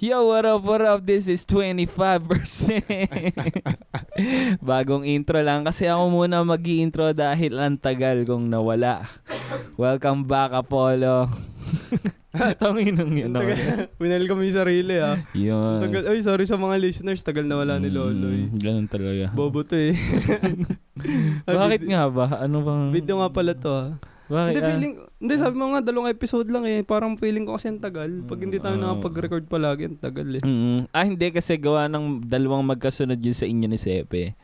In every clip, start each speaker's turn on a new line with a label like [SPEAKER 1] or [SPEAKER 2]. [SPEAKER 1] Yo, what up, what up? This is 25%. Bagong intro lang kasi ako muna mag intro dahil ang tagal kong nawala. Welcome back, Apollo. Tangin ng yun.
[SPEAKER 2] Ang tagal- Winelcome yung sarili ah.
[SPEAKER 1] Yun.
[SPEAKER 2] Ang Tagal, ay, sorry sa mga listeners. Tagal na wala ni Loloy.
[SPEAKER 1] Mm, ganun talaga.
[SPEAKER 2] Bobo to eh. Ah,
[SPEAKER 1] Bakit
[SPEAKER 2] vid-
[SPEAKER 1] nga ba? Ano bang...
[SPEAKER 2] Video nga pala to ah.
[SPEAKER 1] Bakit?
[SPEAKER 2] Hindi,
[SPEAKER 1] ah?
[SPEAKER 2] feeling, hindi, sabi mo nga, dalawang episode lang eh. Parang feeling ko kasi ang tagal. Pag hindi
[SPEAKER 1] Mm,
[SPEAKER 2] tayo
[SPEAKER 1] ah.
[SPEAKER 2] nakapag-record palagi, ang tagal eh.
[SPEAKER 1] Mm. Ah, hindi kasi gawa ng dalawang magkasunod yun sa inyo ni Sepe.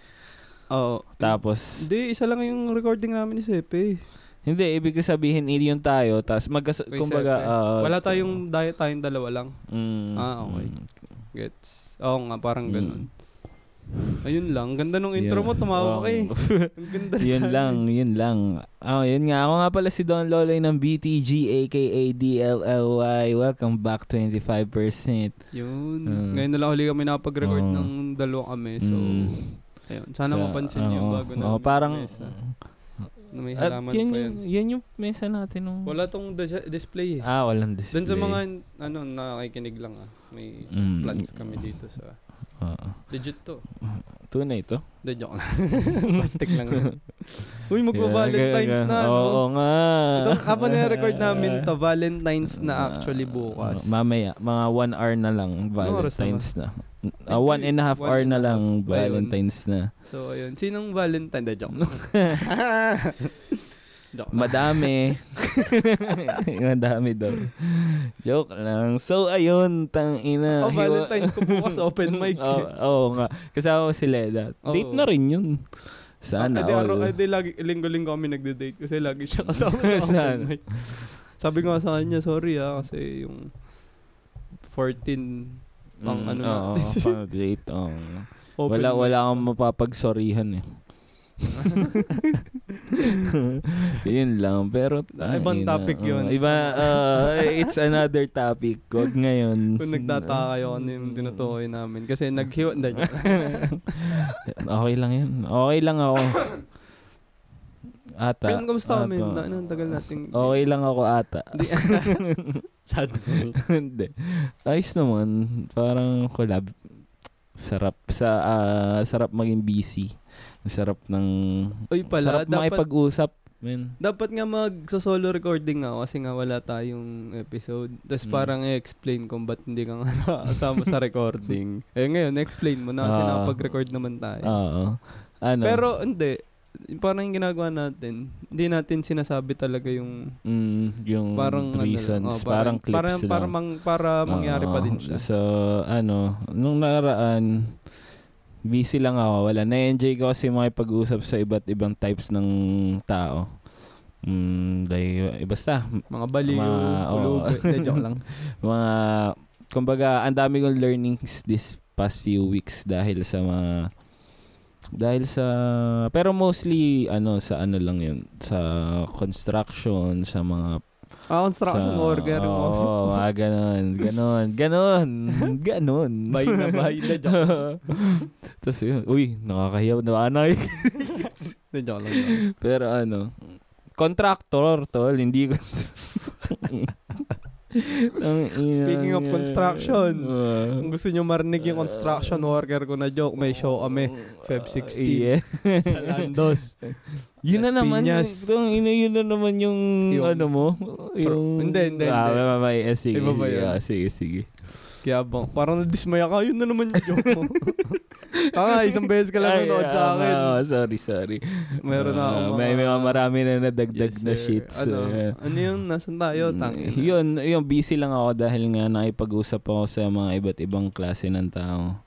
[SPEAKER 2] Oo.
[SPEAKER 1] Tapos,
[SPEAKER 2] Hindi, isa lang yung recording namin ni Sepe. eh.
[SPEAKER 1] hindi, ibig sabihin, iyon tayo. Tapos, magkas-
[SPEAKER 2] Kay
[SPEAKER 1] kumbaga,
[SPEAKER 2] Sepe.
[SPEAKER 1] ah,
[SPEAKER 2] Wala tayong diet tayong dalawa lang.
[SPEAKER 1] Mm,
[SPEAKER 2] Ah, okay.
[SPEAKER 1] mm.
[SPEAKER 2] Gets? Oo nga, parang
[SPEAKER 1] Mm.
[SPEAKER 2] ganun. Ayun lang. Ganda nung
[SPEAKER 1] Yeah.
[SPEAKER 2] intro mo, tumawa ka eh.
[SPEAKER 1] Oo.
[SPEAKER 2] Ang ganda
[SPEAKER 1] yun
[SPEAKER 2] sa-
[SPEAKER 1] lang, yun lang. Ah, yun nga. Ako nga pala si Don Loloy ng BTG aka DLLY. Welcome back 25%.
[SPEAKER 2] Yun.
[SPEAKER 1] Mm.
[SPEAKER 2] Ngayon na lang huli kami nakapag-record
[SPEAKER 1] Oo.
[SPEAKER 2] ng dalawa kami. So,
[SPEAKER 1] Mm.
[SPEAKER 2] ayun.
[SPEAKER 1] Ah. Sa-
[SPEAKER 2] Sana
[SPEAKER 1] ah,
[SPEAKER 2] mapansin niyo
[SPEAKER 1] oo.
[SPEAKER 2] bago na.
[SPEAKER 1] Oo, parang
[SPEAKER 2] mesa, na may
[SPEAKER 1] At
[SPEAKER 2] halaman
[SPEAKER 1] yun,
[SPEAKER 2] pa yan.
[SPEAKER 1] yun, yun yung mesa natin nung
[SPEAKER 2] Wala tong dis- display eh.
[SPEAKER 1] Ah, walang display.
[SPEAKER 2] Doon sa mga ano nakikinig lang ah. May
[SPEAKER 1] Mm.
[SPEAKER 2] plans kami dito sa
[SPEAKER 1] Oo.
[SPEAKER 2] legit to.
[SPEAKER 1] Tunay ito.
[SPEAKER 2] Hindi, joke lang. Plastic lang. yun. Uy, magpa-Valentine's na,
[SPEAKER 1] Oo,
[SPEAKER 2] no?
[SPEAKER 1] Oo nga.
[SPEAKER 2] Ito, habang na-record namin to, Valentine's na actually bukas.
[SPEAKER 1] Oo, Oh, mamaya, mga one hour na lang,
[SPEAKER 2] oras na ba?
[SPEAKER 1] Valentine's na. Ah, one and a half
[SPEAKER 2] One
[SPEAKER 1] hour
[SPEAKER 2] and
[SPEAKER 1] na
[SPEAKER 2] a half.
[SPEAKER 1] lang,
[SPEAKER 2] Ba yun?
[SPEAKER 1] Valentine's na.
[SPEAKER 2] So, ayun. Sinong Valentine? Hindi, joke lang. joke lang.
[SPEAKER 1] Madami. Madami daw. Joke lang. So, ayun, tang ina.
[SPEAKER 2] Ako, Oh, Valentine's ko bukas, open mic.
[SPEAKER 1] Oo oo nga. Kasama ko si Leda. Date
[SPEAKER 2] Oo. Ah,
[SPEAKER 1] na rin yun. Sana.
[SPEAKER 2] Edi, araw,
[SPEAKER 1] all.
[SPEAKER 2] edi eh, lagi, linggo-linggo kami nagde-date kasi lagi siya kasama sa
[SPEAKER 1] Saan?
[SPEAKER 2] open mic. Sabi ko nga sa kanya, sorry ah, kasi yung 14 pang ano
[SPEAKER 1] Mm, oo,
[SPEAKER 2] natin.
[SPEAKER 1] pang date. oo.
[SPEAKER 2] open
[SPEAKER 1] Wala,
[SPEAKER 2] mic.
[SPEAKER 1] wala akong mapapagsorihan eh. yun lang. Pero,
[SPEAKER 2] Ah, ibang
[SPEAKER 1] tangina,
[SPEAKER 2] topic
[SPEAKER 1] oo.
[SPEAKER 2] yun.
[SPEAKER 1] Oh, Iba, ah, it's another topic. Huwag ngayon.
[SPEAKER 2] Kung nagtataka kayo ano
[SPEAKER 1] Mm.
[SPEAKER 2] yung tinutukoy namin. Kasi naghiwa, hindi, joke lang.
[SPEAKER 1] okay lang yun. Okay lang ako. Ata.
[SPEAKER 2] Kailan kamusta kami?
[SPEAKER 1] ato.
[SPEAKER 2] Na, ano, ang tagal natin.
[SPEAKER 1] Ah, Okay lang ako ata.
[SPEAKER 2] Sad.
[SPEAKER 1] Hindi. Ayos naman. Parang collab. Sarap sa ah, sarap maging busy. Ang Sarap ng
[SPEAKER 2] Uy pala,
[SPEAKER 1] sarap
[SPEAKER 2] dapat,
[SPEAKER 1] makipag-usap, men.
[SPEAKER 2] dapat nga mag-solo recording nga kasi nga wala tayong episode. Tapos
[SPEAKER 1] Mm.
[SPEAKER 2] parang i-explain kung ba't hindi ka nga nakasama sa recording. Eh ngayon, explain mo na kasi
[SPEAKER 1] Ah.
[SPEAKER 2] nakapag-record naman tayo.
[SPEAKER 1] Oo. Ano?
[SPEAKER 2] Pero hindi. Parang yung ginagawa natin, hindi natin sinasabi talaga yung
[SPEAKER 1] mm, yung
[SPEAKER 2] parang ano lang,
[SPEAKER 1] reasons,
[SPEAKER 2] oh,
[SPEAKER 1] parang, clips
[SPEAKER 2] parang,
[SPEAKER 1] lang.
[SPEAKER 2] Para, mang, para mangyari
[SPEAKER 1] Oo.
[SPEAKER 2] pa din siya.
[SPEAKER 1] So, ano, nung nakaraan, busy lang ako. Wala, na-enjoy ko kasi makipag-usap sa iba't ibang types ng tao. Mm, like, eh, basta,
[SPEAKER 2] Mga baliw,
[SPEAKER 1] Ma- oo.
[SPEAKER 2] pulubi. Hindi, joke lang.
[SPEAKER 1] mga, kumbaga, ang dami kong learnings this past few weeks dahil sa mga, dahil sa, pero mostly, ano, sa ano lang yun, sa construction, sa mga
[SPEAKER 2] Ah,
[SPEAKER 1] sa-
[SPEAKER 2] construction worker.
[SPEAKER 1] Oo,
[SPEAKER 2] Oh.
[SPEAKER 1] mga ganon. Ganon. Ganon. Ganon.
[SPEAKER 2] Bahay na bahay na, joke lang.
[SPEAKER 1] Tapos yun, uy, nakakahiyaw na anay.
[SPEAKER 2] Hindi, joke lang.
[SPEAKER 1] Pero ano, contractor, tol, hindi construction.
[SPEAKER 2] Speaking of construction,
[SPEAKER 1] Ah.
[SPEAKER 2] Kung gusto nyo marinig yung construction worker ko na joke, may show kami. Feb 16. sa Landos.
[SPEAKER 1] Ah, Yun na
[SPEAKER 2] Las
[SPEAKER 1] naman.
[SPEAKER 2] Piñas.
[SPEAKER 1] Yung, yun, yun na naman yung,
[SPEAKER 2] Yung-
[SPEAKER 1] ano mo. Yung,
[SPEAKER 2] Hindi, hindi,
[SPEAKER 1] Ah,
[SPEAKER 2] hindi.
[SPEAKER 1] may- may- eh, sige,
[SPEAKER 2] Iba ba
[SPEAKER 1] sige,
[SPEAKER 2] yun?
[SPEAKER 1] ah, sige, sige.
[SPEAKER 2] Kaya bang, parang nadismaya ka, yun na naman yung joke mo. Tanga, isang beses ka lang
[SPEAKER 1] Ay,
[SPEAKER 2] nanonood sa
[SPEAKER 1] ah,
[SPEAKER 2] akin.
[SPEAKER 1] ah, sorry, sorry.
[SPEAKER 2] Meron na ako.
[SPEAKER 1] Ah, may, may mga marami na nadagdag na
[SPEAKER 2] sir.
[SPEAKER 1] shits.
[SPEAKER 2] Ano,
[SPEAKER 1] eh. Mm,
[SPEAKER 2] ano yun? Nasaan tayo? Tangin.
[SPEAKER 1] yun, yun, busy lang ako dahil nga nakipag-usap ako sa mga iba't ibang klase ng tao.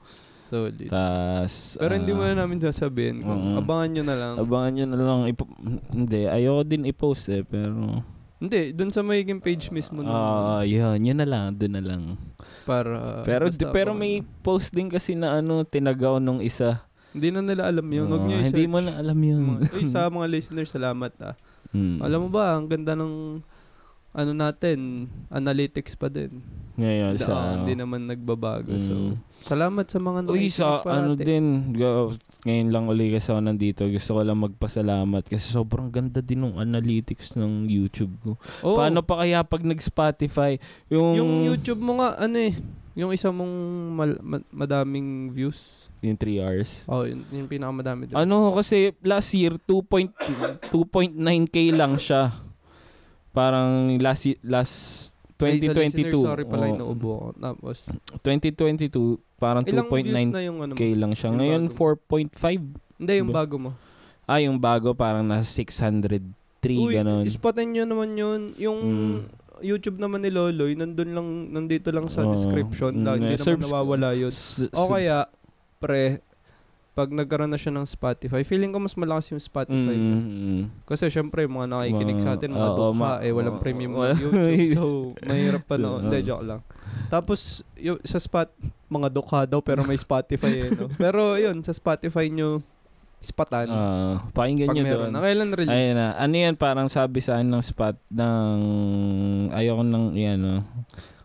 [SPEAKER 2] Solid.
[SPEAKER 1] Tapos,
[SPEAKER 2] Pero hindi mo
[SPEAKER 1] ah,
[SPEAKER 2] na namin sasabihin. Kung
[SPEAKER 1] Oo.
[SPEAKER 2] Abangan nyo na lang.
[SPEAKER 1] Abangan nyo na lang. Ipo- hindi, ayoko din i-post eh, pero...
[SPEAKER 2] hindi, dun sa magiging page mismo. nung-
[SPEAKER 1] Ah, yun, yun na lang, doon na lang.
[SPEAKER 2] para,
[SPEAKER 1] pero
[SPEAKER 2] Ah, basta
[SPEAKER 1] di- pero
[SPEAKER 2] abangan
[SPEAKER 1] may
[SPEAKER 2] nyo.
[SPEAKER 1] post din kasi na ano, tinagaw nung isa.
[SPEAKER 2] Hindi na nila alam yun.
[SPEAKER 1] Ah,
[SPEAKER 2] Huwag nyo i-search.
[SPEAKER 1] Hindi mo na Hmm. alam yun.
[SPEAKER 2] Mga- Uy, sa mga listeners, salamat ah.
[SPEAKER 1] Mm.
[SPEAKER 2] Alam mo ba, ang ganda ng ano natin, analytics pa din.
[SPEAKER 1] Ngayon sa...
[SPEAKER 2] Daan, hindi naman nagbabago. So,
[SPEAKER 1] Mm.
[SPEAKER 2] salamat sa mga
[SPEAKER 1] ah. Uy,
[SPEAKER 2] nakikinig
[SPEAKER 1] sa
[SPEAKER 2] parati.
[SPEAKER 1] ano din, go- ngayon lang uli kasi ako nandito. Gusto ko lang magpasalamat kasi sobrang ganda din ng analytics ng YouTube ko.
[SPEAKER 2] Oo.
[SPEAKER 1] Paano pa kaya pag nag-Spotify? Yung,
[SPEAKER 2] Yung YouTube mo nga, ano eh, yung isa mong mal- ma- madaming views.
[SPEAKER 1] yung 3 hours.
[SPEAKER 2] Oh, yun, yung pinakamadami doon.
[SPEAKER 1] Ano kasi last year 2.2 2.9k lang siya. Parang last y- last
[SPEAKER 2] Ay, sa listener,
[SPEAKER 1] 2022.
[SPEAKER 2] Sorry pala,
[SPEAKER 1] Oo.
[SPEAKER 2] inuubo ako. Tapos,
[SPEAKER 1] 2022 parang
[SPEAKER 2] ilang views
[SPEAKER 1] 2.9k
[SPEAKER 2] na yung ano mo?
[SPEAKER 1] lang siya.
[SPEAKER 2] Yung
[SPEAKER 1] Ngayon
[SPEAKER 2] bago.
[SPEAKER 1] 4.5.
[SPEAKER 2] Hindi, yung
[SPEAKER 1] Ba?
[SPEAKER 2] bago mo.
[SPEAKER 1] Ah, yung bago parang nasa 603
[SPEAKER 2] Uy,
[SPEAKER 1] ganun.
[SPEAKER 2] spotin nyo naman yun. Yung
[SPEAKER 1] Mm.
[SPEAKER 2] YouTube naman ni Loloy, nandun lang, nandito lang sa
[SPEAKER 1] Oo.
[SPEAKER 2] description. lang,
[SPEAKER 1] Mm,
[SPEAKER 2] hindi
[SPEAKER 1] eh,
[SPEAKER 2] naman
[SPEAKER 1] subs-
[SPEAKER 2] nawawala yun.
[SPEAKER 1] S-
[SPEAKER 2] O
[SPEAKER 1] s-
[SPEAKER 2] kaya, pre, pag nagkaroon na siya ng Spotify, feeling ko mas malakas yung Spotify.
[SPEAKER 1] Mm, mm.
[SPEAKER 2] Kasi syempre, yung mga nakikinig sa atin, mga
[SPEAKER 1] Oo,
[SPEAKER 2] dukha,
[SPEAKER 1] ma-
[SPEAKER 2] eh, walang
[SPEAKER 1] oo,
[SPEAKER 2] premium
[SPEAKER 1] wala-
[SPEAKER 2] na YouTube. So, mahirap pa
[SPEAKER 1] So,
[SPEAKER 2] no. Hindi,
[SPEAKER 1] oo.
[SPEAKER 2] joke lang. Tapos, yung, sa spot, mga dukha daw, pero may Spotify eh, no? Pero yun, sa Spotify nyo, spatan.
[SPEAKER 1] Ah, pakinggan
[SPEAKER 2] Ano? pag
[SPEAKER 1] nyo
[SPEAKER 2] meron
[SPEAKER 1] doon.
[SPEAKER 2] na. Kailan release?
[SPEAKER 1] Ayun na. Ano yan? Parang sabi sa akin ng spot ng... Ayoko nang yan, no?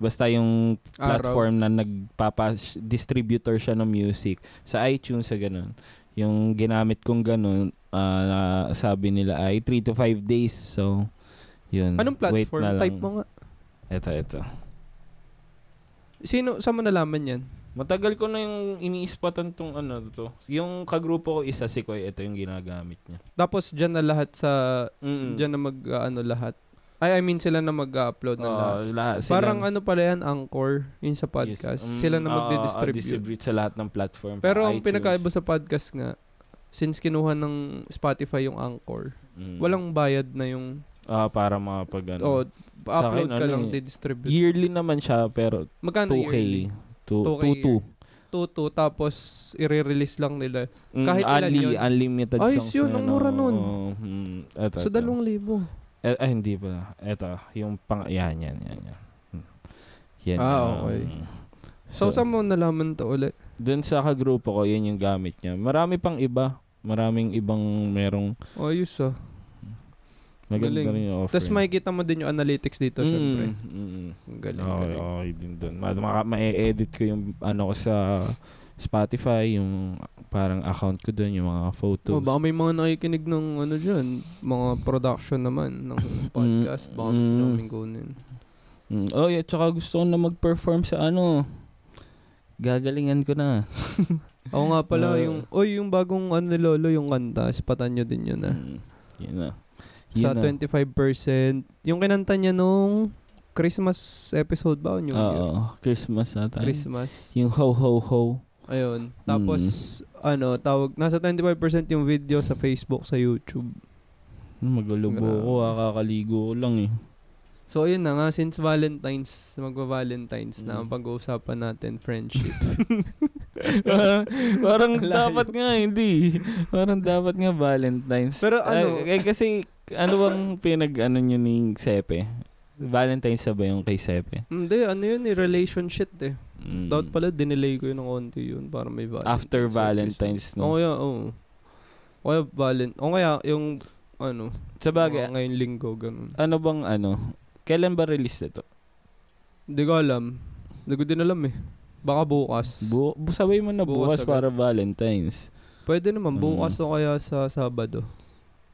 [SPEAKER 1] Basta yung
[SPEAKER 2] Araw.
[SPEAKER 1] platform na nagpapas-distributor siya ng music. Sa iTunes, sa ganun. Yung ginamit kong ganun, ah, na- sabi nila ay 3 to 5 days. So, yun.
[SPEAKER 2] Anong
[SPEAKER 1] Wait
[SPEAKER 2] platform?
[SPEAKER 1] na lang.
[SPEAKER 2] Type mo nga.
[SPEAKER 1] Ito, ito.
[SPEAKER 2] Sino, saan mo nalaman yan?
[SPEAKER 1] Matagal ko na yung iniispatan tong ano to. Yung kagrupo ko isa si Koy, ito yung ginagamit niya.
[SPEAKER 2] Tapos, dyan na lahat sa,
[SPEAKER 1] Mm.
[SPEAKER 2] dyan na mag, uh, ano, lahat. Ay, I mean, sila na mag-upload na lahat.
[SPEAKER 1] Oo, Ah, lahat. Sila-
[SPEAKER 2] Parang ano pala yan, Anchor, yun sa podcast.
[SPEAKER 1] Yes. Mm,
[SPEAKER 2] sila na
[SPEAKER 1] oo,
[SPEAKER 2] magdi-distribute.
[SPEAKER 1] distribute sa lahat ng platform.
[SPEAKER 2] Pero ang
[SPEAKER 1] iTunes.
[SPEAKER 2] pinakaiba sa podcast nga, since kinuha ng Spotify yung Anchor,
[SPEAKER 1] Mm.
[SPEAKER 2] walang bayad na yung
[SPEAKER 1] Ah, para makapag ano.
[SPEAKER 2] oh, upload
[SPEAKER 1] akin,
[SPEAKER 2] ka
[SPEAKER 1] ano
[SPEAKER 2] lang
[SPEAKER 1] eh,
[SPEAKER 2] di-distribute.
[SPEAKER 1] yearly naman siya pero
[SPEAKER 2] Magkano
[SPEAKER 1] 2k.
[SPEAKER 2] Ano, yearly? 2K
[SPEAKER 1] 2
[SPEAKER 2] 2-2 tapos i-release lang nila.
[SPEAKER 1] 2 mm,
[SPEAKER 2] Kahit ilan yun?
[SPEAKER 1] unlimited
[SPEAKER 2] Ayos
[SPEAKER 1] songs.
[SPEAKER 2] yun,
[SPEAKER 1] na
[SPEAKER 2] ang mura nun.
[SPEAKER 1] oo, mm, eto,
[SPEAKER 2] So
[SPEAKER 1] eto.
[SPEAKER 2] dalawang libo.
[SPEAKER 1] Eh, ay, hindi pala. Eto, yung pang yan yan yan. Yan. Mm. yan
[SPEAKER 2] Ah,
[SPEAKER 1] yan.
[SPEAKER 2] okay.
[SPEAKER 1] Mm.
[SPEAKER 2] So, saan mo nalaman to ulit?
[SPEAKER 1] Doon sa kagrupo ko, yun yung gamit niya. Marami pang iba. Maraming ibang merong
[SPEAKER 2] O, ayos ah.
[SPEAKER 1] maganda
[SPEAKER 2] Galing.
[SPEAKER 1] rin yung offer.
[SPEAKER 2] Tapos makikita mo din yung analytics dito,
[SPEAKER 1] Mm,
[SPEAKER 2] syempre.
[SPEAKER 1] mm.
[SPEAKER 2] Ang galing,
[SPEAKER 1] Okay,
[SPEAKER 2] galing.
[SPEAKER 1] okay din doon. Ma- maka- ma-edit ko yung ano ko sa Spotify, yung parang account ko doon, yung mga photos.
[SPEAKER 2] O, Oh, baka may mga nakikinig ng ano dyan, mga production naman ng podcast. Baka gusto
[SPEAKER 1] mm.
[SPEAKER 2] namin kunin.
[SPEAKER 1] Mm, oh, yeah, tsaka gusto ko na mag-perform sa ano. Gagalingan ko na.
[SPEAKER 2] Oo nga
[SPEAKER 1] Oo.
[SPEAKER 2] pala, yung, oy, yung bagong ano ni Lolo, yung kanta, ispatan nyo din yun ah.
[SPEAKER 1] Mm, yun na.
[SPEAKER 2] Sa
[SPEAKER 1] Yun na.
[SPEAKER 2] 25%, yung kinanta niya nung Christmas episode ba? o New
[SPEAKER 1] Oo,
[SPEAKER 2] Year?
[SPEAKER 1] Christmas na tayo.
[SPEAKER 2] Christmas.
[SPEAKER 1] Yung Mm. ho ho ho.
[SPEAKER 2] Ayun. Tapos, ano, tawag, nasa 25% yung video sa Facebook, sa YouTube.
[SPEAKER 1] Maglulubo
[SPEAKER 2] Grabe.
[SPEAKER 1] ko, ah, kakaligo ko lang eh.
[SPEAKER 2] So, ayun na nga, since Valentine's, magwa-Valentine's na
[SPEAKER 1] Mm.
[SPEAKER 2] ang pag-uusapan natin, friendship.
[SPEAKER 1] parang parang
[SPEAKER 2] Layo.
[SPEAKER 1] dapat nga hindi. Parang dapat nga Valentine's.
[SPEAKER 2] Pero ano-
[SPEAKER 1] Ay, eh, kasi ano bang pinag ano niyo ni Sepe? Valentine's na ba yung kay Sepe?
[SPEAKER 2] Hindi, ano yun, eh, relationship eh.
[SPEAKER 1] Mm.
[SPEAKER 2] Dapat pala, dinelay ko yun ng konti yun para may Valentine's.
[SPEAKER 1] After
[SPEAKER 2] episode.
[SPEAKER 1] Valentine's
[SPEAKER 2] Oo
[SPEAKER 1] no.
[SPEAKER 2] kaya, oo. O kaya, valent... O kaya, yung, ano,
[SPEAKER 1] Sa bagay,
[SPEAKER 2] mga ngayong linggo, ganun.
[SPEAKER 1] ano bang ano? Kailan ba release nito?
[SPEAKER 2] Hindi ko alam. Hindi ko din alam eh. Baka bukas.
[SPEAKER 1] Bu bu- sabay mo na bukas,
[SPEAKER 2] Bukas agad.
[SPEAKER 1] para Valentine's.
[SPEAKER 2] Pwede naman,
[SPEAKER 1] Mm.
[SPEAKER 2] bukas o kaya sa Sabado.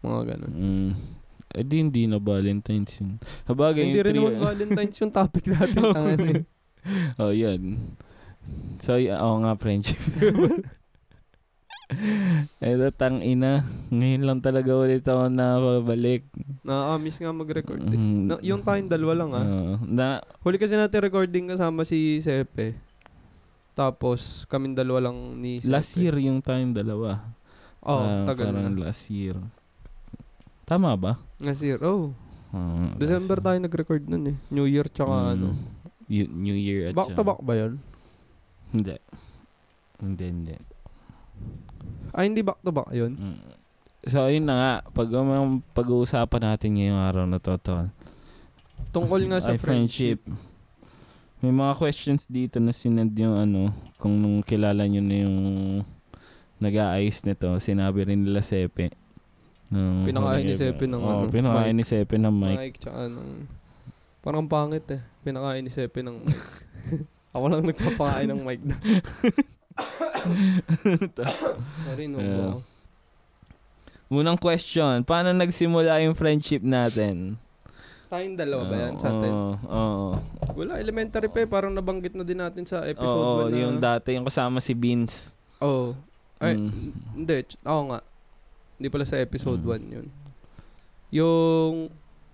[SPEAKER 2] Mga ganun.
[SPEAKER 1] Mm. Eh di hindi na Valentine's yun. Sa bagay,
[SPEAKER 2] Hindi
[SPEAKER 1] yung
[SPEAKER 2] rin
[SPEAKER 1] three-
[SPEAKER 2] naman Valentine's yung topic natin.
[SPEAKER 1] Oo.
[SPEAKER 2] tangan eh.
[SPEAKER 1] Oh, yun. So, y- oo nga, friendship. Eto, tang ina. Ngayon lang talaga ulit ako nakabalik.
[SPEAKER 2] Nakakamiss nga mag-record eh.
[SPEAKER 1] Mhm.
[SPEAKER 2] Na, yung tayong dalawa lang ah.
[SPEAKER 1] Oo. na,
[SPEAKER 2] Huli kasi natin recording kasama si Sepe. Tapos, kaming dalawa lang ni Sepe.
[SPEAKER 1] last year yung tayong dalawa.
[SPEAKER 2] Oo, oh,
[SPEAKER 1] Parang-
[SPEAKER 2] tagal
[SPEAKER 1] parang
[SPEAKER 2] na.
[SPEAKER 1] last year. Tama ba?
[SPEAKER 2] Last year, oh.
[SPEAKER 1] Oo, last
[SPEAKER 2] December
[SPEAKER 1] year.
[SPEAKER 2] tayo nag-record nun eh. New Year
[SPEAKER 1] Mm.
[SPEAKER 2] tsaka ano.
[SPEAKER 1] Y- New Year at
[SPEAKER 2] Back to
[SPEAKER 1] saka-
[SPEAKER 2] back ba yun?
[SPEAKER 1] Hindi. Hindi, hindi.
[SPEAKER 2] Ay, Ah, hindi back to back yun.
[SPEAKER 1] Mm. So, yun na nga. Pag, um, pag-uusapan natin ngayong araw na to, tol.
[SPEAKER 2] Tungkol nga sa
[SPEAKER 1] Ay, friendship. May mga questions dito na sinend yung ano, kung nung kilala nyo na yung nag-aayos nito, sinabi rin nila Sepe. Nung
[SPEAKER 2] Pinakain
[SPEAKER 1] huling
[SPEAKER 2] ni
[SPEAKER 1] episode.
[SPEAKER 2] Sepe ng
[SPEAKER 1] Oo,
[SPEAKER 2] ano,
[SPEAKER 1] pinakain
[SPEAKER 2] mic.
[SPEAKER 1] ni Sepe ng mic.
[SPEAKER 2] Mike tsaka nung Parang pangit eh. Pinakainisipin ng mic. Ako lang nagpapakain ng mic na. Sorry,
[SPEAKER 1] Ano
[SPEAKER 2] no.
[SPEAKER 1] Yeah.
[SPEAKER 2] Yeah.
[SPEAKER 1] Unang question, paano nagsimula yung friendship natin?
[SPEAKER 2] Tayong dalawa ba yan sa atin?
[SPEAKER 1] Oo. oo.
[SPEAKER 2] Wala, elementary pa eh. Parang nabanggit na din natin sa
[SPEAKER 1] Oo,
[SPEAKER 2] episode 1 na. Oh.
[SPEAKER 1] yung dati, yung kasama si Beans.
[SPEAKER 2] Oo. Ay,
[SPEAKER 1] Mm.
[SPEAKER 2] Hindi, ch- oo nga. Hindi pala sa episode
[SPEAKER 1] Mm.
[SPEAKER 2] 1 yun. Yung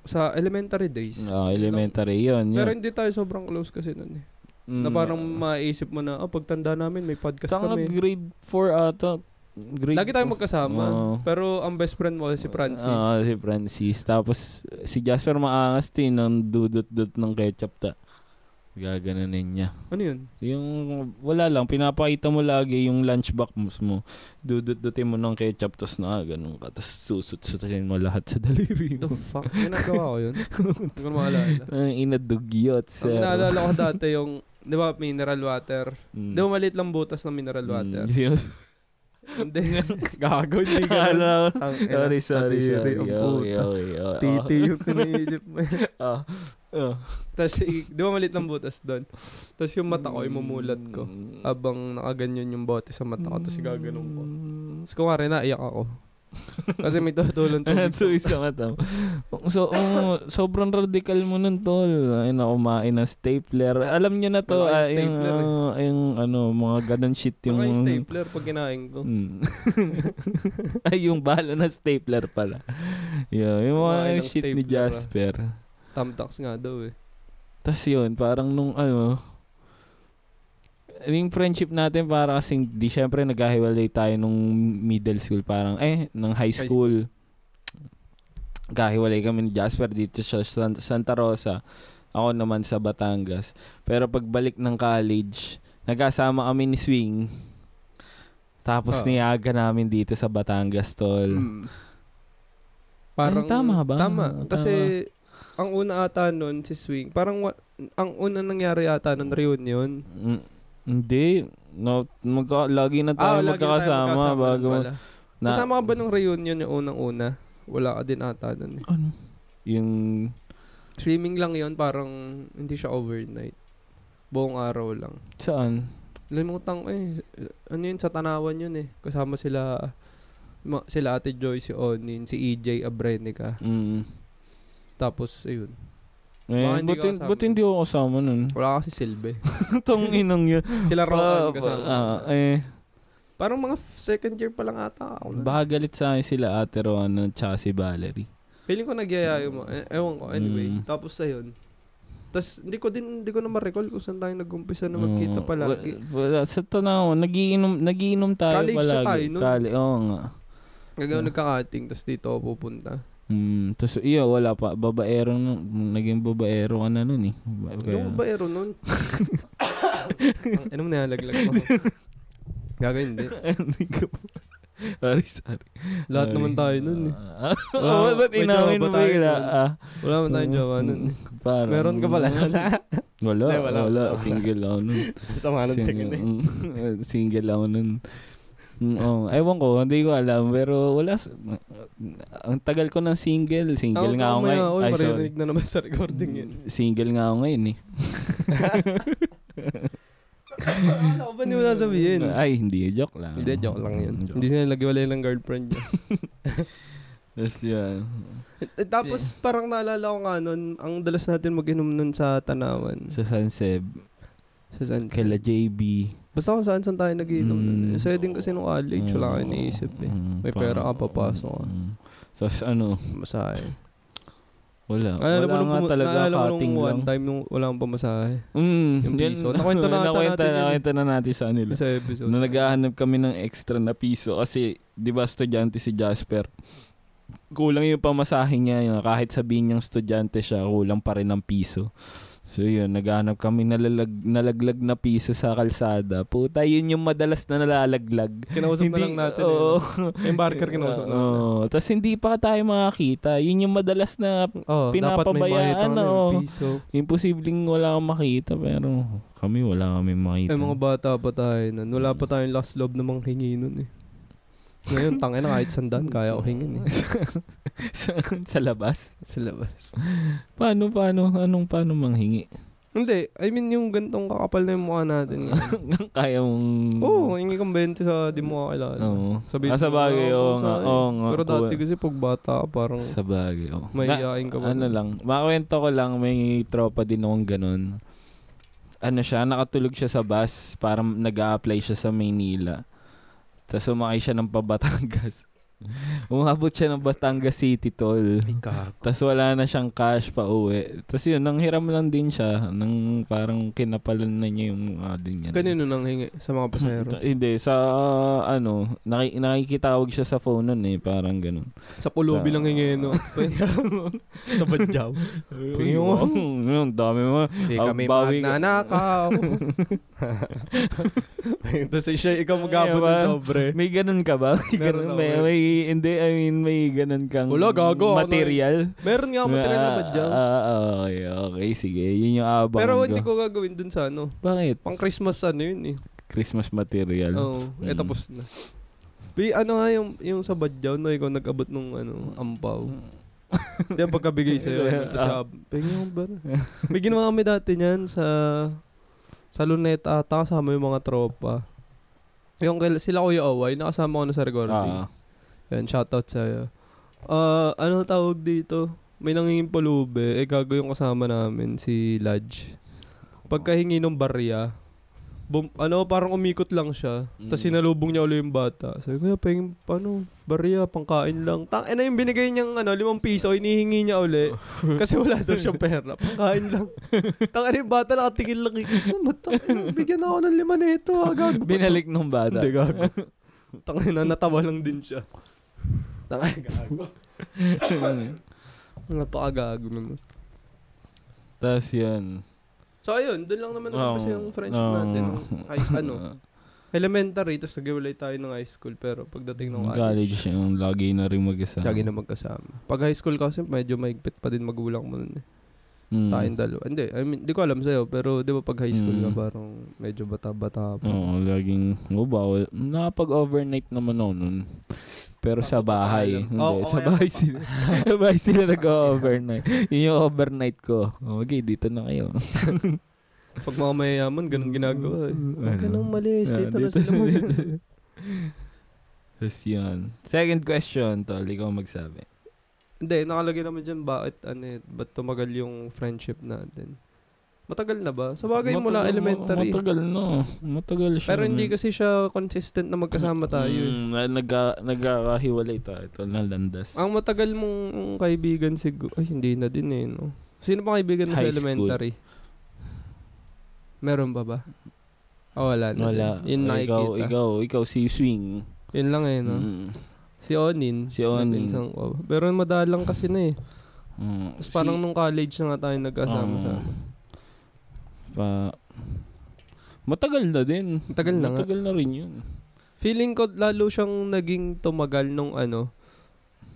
[SPEAKER 2] sa elementary days.
[SPEAKER 1] Oo, elementary Ah, yun. yun.
[SPEAKER 2] Pero hindi tayo sobrang close kasi nun eh.
[SPEAKER 1] Mm.
[SPEAKER 2] Na parang maisip mo na, oh, pagtanda namin may podcast
[SPEAKER 1] Tanga,
[SPEAKER 2] kami.
[SPEAKER 1] grade 4 ata. Grade
[SPEAKER 2] Lagi tayong magkasama.
[SPEAKER 1] Oo.
[SPEAKER 2] Pero ang best friend mo si Francis.
[SPEAKER 1] Oo, si Francis. Tapos si Jasper maangas din ng dudot-dot ng ketchup ta. Gaganunin niya.
[SPEAKER 2] ano yun?
[SPEAKER 1] Yung wala lang, pinapakita mo lagi yung lunchbox mo. Dudot-dotin mo ng ketchup, tapos na ganun ka. Tapos susut-sutin mo lahat sa daliri
[SPEAKER 2] The
[SPEAKER 1] mo.
[SPEAKER 2] fuck? Ginagawa ko yun? Hindi ko na maalala.
[SPEAKER 1] Ang inadugyot,
[SPEAKER 2] Ang
[SPEAKER 1] sir.
[SPEAKER 2] naalala ko dati yung, di ba, mineral water.
[SPEAKER 1] Mm.
[SPEAKER 2] Di ba maliit lang butas ng mineral water?
[SPEAKER 1] Mm, sinus-
[SPEAKER 2] Hindi. Gago, hindi ganun.
[SPEAKER 1] Alam.
[SPEAKER 2] Ang ina,
[SPEAKER 1] Sorry, sorry,
[SPEAKER 2] kadiri,
[SPEAKER 1] sorry.
[SPEAKER 2] ang
[SPEAKER 1] Okay,
[SPEAKER 2] puta.
[SPEAKER 1] okay, okay.
[SPEAKER 2] Titi yung pinaisip mo.
[SPEAKER 1] Ah, ah.
[SPEAKER 2] Tapos, i- eh, di ba malit ng butas doon? Tapos yung mata ko,
[SPEAKER 1] Mm.
[SPEAKER 2] imumulat ko. Abang nakaganyan yung bote sa mata ko, tapos gaganong ko.
[SPEAKER 1] Mm.
[SPEAKER 2] Tapos kung nga rin, naiyak ako. Kasi may tutulong
[SPEAKER 1] Ano to
[SPEAKER 2] tubig.
[SPEAKER 1] isa mata mo. So, oh, sobrang radical mo nun, tol. Ay, na kumain ng stapler. Alam niyo na to, ah, yung,
[SPEAKER 2] Wala yung stapler, eh.
[SPEAKER 1] ah, yung, ano, mga ganun shit yung...
[SPEAKER 2] Yung yung stapler pag kinain ko.
[SPEAKER 1] Mm. Ay, yung bala na stapler pala. Yeah, yung mga
[SPEAKER 2] Kumain ng
[SPEAKER 1] shit ni
[SPEAKER 2] stapler, ah.
[SPEAKER 1] Jasper.
[SPEAKER 2] Tamtax nga daw eh.
[SPEAKER 1] Tapos yun, parang nung ano, yung friendship natin para kasing di syempre naghahiwalay tayo nung middle school parang eh ng high
[SPEAKER 2] High
[SPEAKER 1] school. Naghahiwalay kami ni Jasper dito sa San- Santa Rosa. Ako naman sa Batangas. Pero pagbalik ng college, nagkasama kami ni Swing. Tapos
[SPEAKER 2] Ah. Hmm.
[SPEAKER 1] niyaga namin dito sa Batangas, tol.
[SPEAKER 2] Parang,
[SPEAKER 1] Ay, tama ba?
[SPEAKER 2] Tama.
[SPEAKER 1] Tama.
[SPEAKER 2] Kasi, ang una ata nun, si Swing, parang wa- ang una nangyari ata nun, reunion.
[SPEAKER 1] Mm, hindi. No, magka, lagi na tayo
[SPEAKER 2] Ah, lagi na tayo
[SPEAKER 1] magkakasama
[SPEAKER 2] magkasama nun
[SPEAKER 1] bago
[SPEAKER 2] pala. Kasama ka ba nung reunion yung unang-una? Wala ka din ata nun eh.
[SPEAKER 1] Ano? Yung...
[SPEAKER 2] Streaming lang yon parang hindi siya overnight. Buong araw lang.
[SPEAKER 1] Saan?
[SPEAKER 2] Limutan ko eh. Ano yun, sa Tanawan yun eh. Kasama sila, ma- sila Ate Joy, si Onin, si EJ Abrenica.
[SPEAKER 1] Mm.
[SPEAKER 2] Tapos, ayun.
[SPEAKER 1] Eh,
[SPEAKER 2] Baka hindi
[SPEAKER 1] buti,
[SPEAKER 2] ka kasama.
[SPEAKER 1] buti hindi ako kasama nun.
[SPEAKER 2] Wala kasi silbi.
[SPEAKER 1] Itong inang yun.
[SPEAKER 2] Sila
[SPEAKER 1] Pa-
[SPEAKER 2] Roan kasama.
[SPEAKER 1] ah, eh,
[SPEAKER 2] parang mga f- second year pa lang ata ako. Nun.
[SPEAKER 1] baka galit sa akin sila ate Rowan at saka si Valerie.
[SPEAKER 2] Feeling ko nagyayayo mo. E- ewan ko. Anyway.
[SPEAKER 1] Mm.
[SPEAKER 2] Tapos, ayun. Tapos, hindi ko din, hindi ko na ma-recall kung saan tayo nag-umpisa na magkita
[SPEAKER 1] Oo.
[SPEAKER 2] palagi.
[SPEAKER 1] Wala, wala, sa tanaw, nagiinom, nagiinom tayo
[SPEAKER 2] College na
[SPEAKER 1] palagi.
[SPEAKER 2] tayo nun.
[SPEAKER 1] Kali, oo nga.
[SPEAKER 2] Gagaw nagka-cutting, tapos dito ako pupunta.
[SPEAKER 1] Mm, Tapos iya, wala pa. Babaero, nun. naging babaero ka na nun eh. Kaya-
[SPEAKER 2] Yung babaero nun. Ang- ano mo nalalaglag mo? Gagawin hindi.
[SPEAKER 1] Hindi ko pa. Sorry, sorry.
[SPEAKER 2] Lahat naman tayo nun eh.
[SPEAKER 1] Ah,
[SPEAKER 2] Wala,
[SPEAKER 1] Oo, ba't
[SPEAKER 2] may
[SPEAKER 1] inawin
[SPEAKER 2] jowa
[SPEAKER 1] mo
[SPEAKER 2] ba tayo
[SPEAKER 1] bigla?
[SPEAKER 2] nun?
[SPEAKER 1] Ah,
[SPEAKER 2] Wala naman tayong jowa nun. eh.
[SPEAKER 1] Parang,
[SPEAKER 2] Meron ka pala.
[SPEAKER 1] Wala,
[SPEAKER 2] Hindi,
[SPEAKER 1] wala,
[SPEAKER 2] wala. Wala.
[SPEAKER 1] Single ako nun.
[SPEAKER 2] Sama ng tingin eh.
[SPEAKER 1] Mm, single ako nun. Mm, oo. ewan ko, hindi ko alam. Pero wala, s- ang tagal ko ng single. Single
[SPEAKER 2] Tawag
[SPEAKER 1] nga ako
[SPEAKER 2] mamaya,
[SPEAKER 1] ngayon.
[SPEAKER 2] oy,
[SPEAKER 1] Ay, sorry. Mm,
[SPEAKER 2] maririnig na naman sa recording yun.
[SPEAKER 1] Single nga ako ngayon eh.
[SPEAKER 2] Wala ko ba hindi mo nasabihin?
[SPEAKER 1] Ay, hindi. Joke lang. Mm,
[SPEAKER 2] Hindi, joke lang yun.
[SPEAKER 1] Joke.
[SPEAKER 2] Hindi sila nagiwalay ng girlfriend niya.
[SPEAKER 1] Tapos yan.
[SPEAKER 2] Eh, Tapos parang naalala ko nga nun, ang dalas natin mag-inom nun sa Tanawan.
[SPEAKER 1] Sa San Seb,
[SPEAKER 2] Sa San
[SPEAKER 1] kaila JB.
[SPEAKER 2] Basta kung saan saan tayo nag-iinom nun.
[SPEAKER 1] Mm.
[SPEAKER 2] eh. Sa'yo din kasi nung college, wala ka iniisip eh.
[SPEAKER 1] Mm,
[SPEAKER 2] May pera ka, papasok ka.
[SPEAKER 1] Mm. Tapos ano,
[SPEAKER 2] Masahe.
[SPEAKER 1] wala.
[SPEAKER 2] Naalala
[SPEAKER 1] Ah, wala
[SPEAKER 2] mo nung
[SPEAKER 1] nga
[SPEAKER 2] pumu-
[SPEAKER 1] talaga
[SPEAKER 2] naalala mo
[SPEAKER 1] cutting
[SPEAKER 2] nung
[SPEAKER 1] lang.
[SPEAKER 2] one time nung wala akong pamasahe.
[SPEAKER 1] Mm,
[SPEAKER 2] yung
[SPEAKER 1] yun.
[SPEAKER 2] piso. Nakwento na ata
[SPEAKER 1] Nakwenta-
[SPEAKER 2] natin yun eh.
[SPEAKER 1] nakwenta na natin sa nila.
[SPEAKER 2] Sa episode.
[SPEAKER 1] Na naghahanap kami ng extra na piso kasi 'di ba estudyante si Jasper. Kulang yung pamasahe niya yun. kahit sabihin niyang estudyante siya, kulang pa rin ng piso. So yun, naghahanap kami nalalag, nalaglag na piso sa kalsada. Puta, yun yung madalas na nalalaglag.
[SPEAKER 2] Kinausap na lang natin.
[SPEAKER 1] oo.
[SPEAKER 2] Oh. Yung barker kinausap na. natin.
[SPEAKER 1] Oo. Tapos hindi pa tayo makakita. Yun yung madalas na
[SPEAKER 2] Oh,
[SPEAKER 1] Pinapabayaan,
[SPEAKER 2] dapat may bayad
[SPEAKER 1] oo.
[SPEAKER 2] piso.
[SPEAKER 1] imposibleng wala kang makita. Pero kami wala kami makita.
[SPEAKER 2] Eh, mga bata pa tayo nun. Wala pa tayong last love na manghingi nun eh. Ngayon, tangin na kahit sandan, kaya ko hingin eh.
[SPEAKER 1] sa, sa labas.
[SPEAKER 2] Sa labas.
[SPEAKER 1] Paano, paano, anong paano manghingi?
[SPEAKER 2] Hindi, I mean yung gantong kakapal na yung mukha natin. eh.
[SPEAKER 1] Kaya mong...
[SPEAKER 2] Oo, oh, hingi kang 20 sa di mo kakilala.
[SPEAKER 1] Mm. Oo.
[SPEAKER 2] Sabihin
[SPEAKER 1] Ah, sa
[SPEAKER 2] mo,
[SPEAKER 1] bagay,
[SPEAKER 2] "Ah,
[SPEAKER 1] oo
[SPEAKER 2] kung
[SPEAKER 1] nga,
[SPEAKER 2] saan."
[SPEAKER 1] oo nga.
[SPEAKER 2] Pero dati
[SPEAKER 1] Oo.
[SPEAKER 2] kasi pag bata, ka, parang
[SPEAKER 1] Sa bagay, oo.
[SPEAKER 2] may
[SPEAKER 1] Na-
[SPEAKER 2] iyain ka pa.
[SPEAKER 1] ano lang, makwento ko lang, may tropa din akong ganun. Ano siya, nakatulog siya sa bus, parang nag apply siya sa Maynila. Tapos umakay siya ng pabatangas. Umabot siya ng Batangas City, tol. Tapos wala na siyang cash pa uwi. Tapos yun, nanghiram lang din siya. Nang parang kinapalan na niya yung mga din yan.
[SPEAKER 2] Kanino nang hingi sa mga pasahero?
[SPEAKER 1] Hindi, sa ano, naki- nakikitawag siya sa phone nun eh, parang ganun.
[SPEAKER 2] sa pulubi
[SPEAKER 1] Sa-
[SPEAKER 2] lang hingi, no?
[SPEAKER 3] sa badyaw.
[SPEAKER 1] Yung, yung dami mo.
[SPEAKER 3] Hindi
[SPEAKER 1] Ah,
[SPEAKER 3] kami
[SPEAKER 1] bawi ka.
[SPEAKER 3] magnanakaw.
[SPEAKER 2] Tapos siya, ikaw
[SPEAKER 1] Ay,
[SPEAKER 2] magabot ng
[SPEAKER 1] ba?
[SPEAKER 2] sobre.
[SPEAKER 1] May ganun ka ba? May
[SPEAKER 2] Meron
[SPEAKER 1] ganun,
[SPEAKER 2] ako
[SPEAKER 1] may,
[SPEAKER 2] eh.
[SPEAKER 1] may, hindi, I mean, may ganun kang
[SPEAKER 2] Wala, gago ako
[SPEAKER 1] material.
[SPEAKER 2] Meron nga ako material na
[SPEAKER 1] Ah,
[SPEAKER 2] badyaw.
[SPEAKER 1] ah, ah, okay, okay, sige. Yun yung abang
[SPEAKER 2] Pero hindi ko gagawin dun sa ano.
[SPEAKER 1] Bakit?
[SPEAKER 2] Pang Christmas ano yun eh.
[SPEAKER 1] Christmas material.
[SPEAKER 2] Oo, eh
[SPEAKER 1] Mm.
[SPEAKER 2] tapos na. Bi, ano nga yung, yung sa badyaw na ikaw nag-abot nung ano, ampaw. Hindi ang pagkabigay sa'yo. Tapos
[SPEAKER 1] Ah.
[SPEAKER 2] uh, pengi mo ba? May ginawa kami dati niyan sa sa luneta ata kasama yung mga tropa. Yung kil- sila Kuya Away, nakasama ko na sa recording.
[SPEAKER 1] Ah,
[SPEAKER 2] Yan, shoutout sa'yo. Ah, ano tawag dito? May nangingin palube. Eh, gago yung kasama namin, si Lodge. Pagkahingi ng barya, bum, ano, parang umikot lang siya. Tapos
[SPEAKER 1] Mm.
[SPEAKER 2] sinalubong niya ulit yung bata. Sabi ko, "Kuya, pahingin, ano, barya, pangkain lang. Tang, na yung binigay niyang, ano, limang piso, inihingi niya uli. kasi wala daw siyang pera. Pangkain lang. Tang, ano yung bata, nakatingin lang. eh. Ano ba tang, bigyan ako ng lima na ito, ah, gago ba to?"
[SPEAKER 1] binalik nung bata.
[SPEAKER 2] Hindi gago. Tangay na, natawa lang din siya. Tangay gago.
[SPEAKER 1] Hmm.
[SPEAKER 2] Napakagago naman.
[SPEAKER 1] Tapos yun.
[SPEAKER 2] So ayun, doon lang naman
[SPEAKER 1] Oo.
[SPEAKER 2] naman kasi yung friendship
[SPEAKER 1] Oo.
[SPEAKER 2] natin. Nung high, ano,
[SPEAKER 1] uh,
[SPEAKER 2] elementary, tapos nag-iwalay tayo ng high school. Pero pagdating ng
[SPEAKER 1] Nung
[SPEAKER 2] college,
[SPEAKER 1] college, yung lagi na rin mag-isa.
[SPEAKER 2] lagi na magkasama. Pag high school kasi, medyo maigpit pa din magulang mo nun eh.
[SPEAKER 1] Mm.
[SPEAKER 2] Tayong dalawa. Hindi, I mean, di ko alam sa'yo, pero di ba pag high school
[SPEAKER 1] Mm.
[SPEAKER 2] na parang medyo bata-bata pa.
[SPEAKER 1] Oo, laging, oh, bawal. Nakapag-overnight naman ako nun. Pero sa bahay.
[SPEAKER 2] paalam.
[SPEAKER 1] Hindi,
[SPEAKER 2] Oo,
[SPEAKER 1] sa
[SPEAKER 2] kaya
[SPEAKER 1] bahay
[SPEAKER 2] pa-
[SPEAKER 1] sila. sa bahay sila nag-overnight. Yun yung overnight ko. Oh, Okay, dito na kayo.
[SPEAKER 2] Pag mga mayayaman, ganun ginagawa eh. Huwag ka
[SPEAKER 1] Ano?
[SPEAKER 2] nang malis,
[SPEAKER 1] Ah,
[SPEAKER 2] dito na
[SPEAKER 1] dito-
[SPEAKER 2] sila mag-
[SPEAKER 1] Tapos yun. Second question, tol. Ikaw magsabi.
[SPEAKER 2] Hindi, nakalagay naman dyan bakit, ano eh, ba't tumagal yung friendship natin. Matagal na ba? Sa bagay mula
[SPEAKER 1] Matagal-
[SPEAKER 2] elementary.
[SPEAKER 1] Matagal na. Matagal siya.
[SPEAKER 2] Pero hindi
[SPEAKER 1] nun.
[SPEAKER 2] kasi siya consistent na magkasama tayo. eh.
[SPEAKER 1] Mm, na- nagka, nagkakahiwalay tayo. Tol, ng landas.
[SPEAKER 2] Ang matagal mong kaibigan siguro, ay hindi na din eh, no? Sino pa kaibigan mo sa
[SPEAKER 1] High school.
[SPEAKER 2] elementary? Meron ba ba? Oh, wala na.
[SPEAKER 1] Wala. Ah,
[SPEAKER 2] Yun nakikita.
[SPEAKER 1] ikaw, ikaw, ikaw si Swing.
[SPEAKER 2] Yun lang eh, no?
[SPEAKER 1] Mm.
[SPEAKER 2] Si Onin.
[SPEAKER 1] Si Onin.
[SPEAKER 2] na pinsan ko. Pero madalang kasi na eh.
[SPEAKER 1] Mm.
[SPEAKER 2] Tapos
[SPEAKER 1] Si-
[SPEAKER 2] parang nung college na nga tayo nagkasama
[SPEAKER 1] Oo.
[SPEAKER 2] sa...
[SPEAKER 1] Pa, matagal na din.
[SPEAKER 2] Matagal na nga.
[SPEAKER 1] Matagal na rin yun.
[SPEAKER 2] Feeling ko lalo siyang naging tumagal nung ano,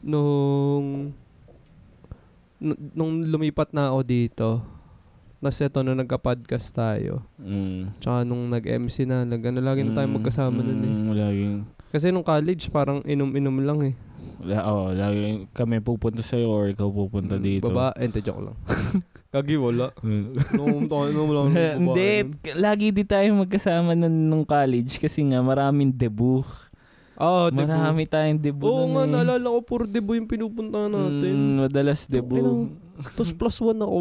[SPEAKER 2] nung, n- nung lumipat na ako dito. Tapos ito, nung nagka-podcast tayo.
[SPEAKER 1] Mm.
[SPEAKER 2] Tsaka nung nag-MC na, nag, ano, lagi na tayo magkasama nun
[SPEAKER 1] mm.
[SPEAKER 2] eh.
[SPEAKER 1] Laging,
[SPEAKER 2] Kasi nung college, parang inom-inom lang eh.
[SPEAKER 1] la, oh, laging kami pupunta sa'yo or ikaw pupunta
[SPEAKER 2] Mm,
[SPEAKER 1] dito.
[SPEAKER 2] Baba, ente, joke lang. Kagi, wala.
[SPEAKER 1] Mm.
[SPEAKER 2] Nung tayo, nung wala. akong babae.
[SPEAKER 1] Hindi, k- lagi di tayo magkasama nun nung college kasi nga maraming debut.
[SPEAKER 2] Ah, debu.
[SPEAKER 1] Marami tayong debut
[SPEAKER 2] Oo
[SPEAKER 1] nun
[SPEAKER 2] nga,
[SPEAKER 1] eh.
[SPEAKER 2] naalala ko, puro debo yung pinupuntahan natin.
[SPEAKER 1] Mm, madalas debut.
[SPEAKER 2] Ino, Tapos plus one ako.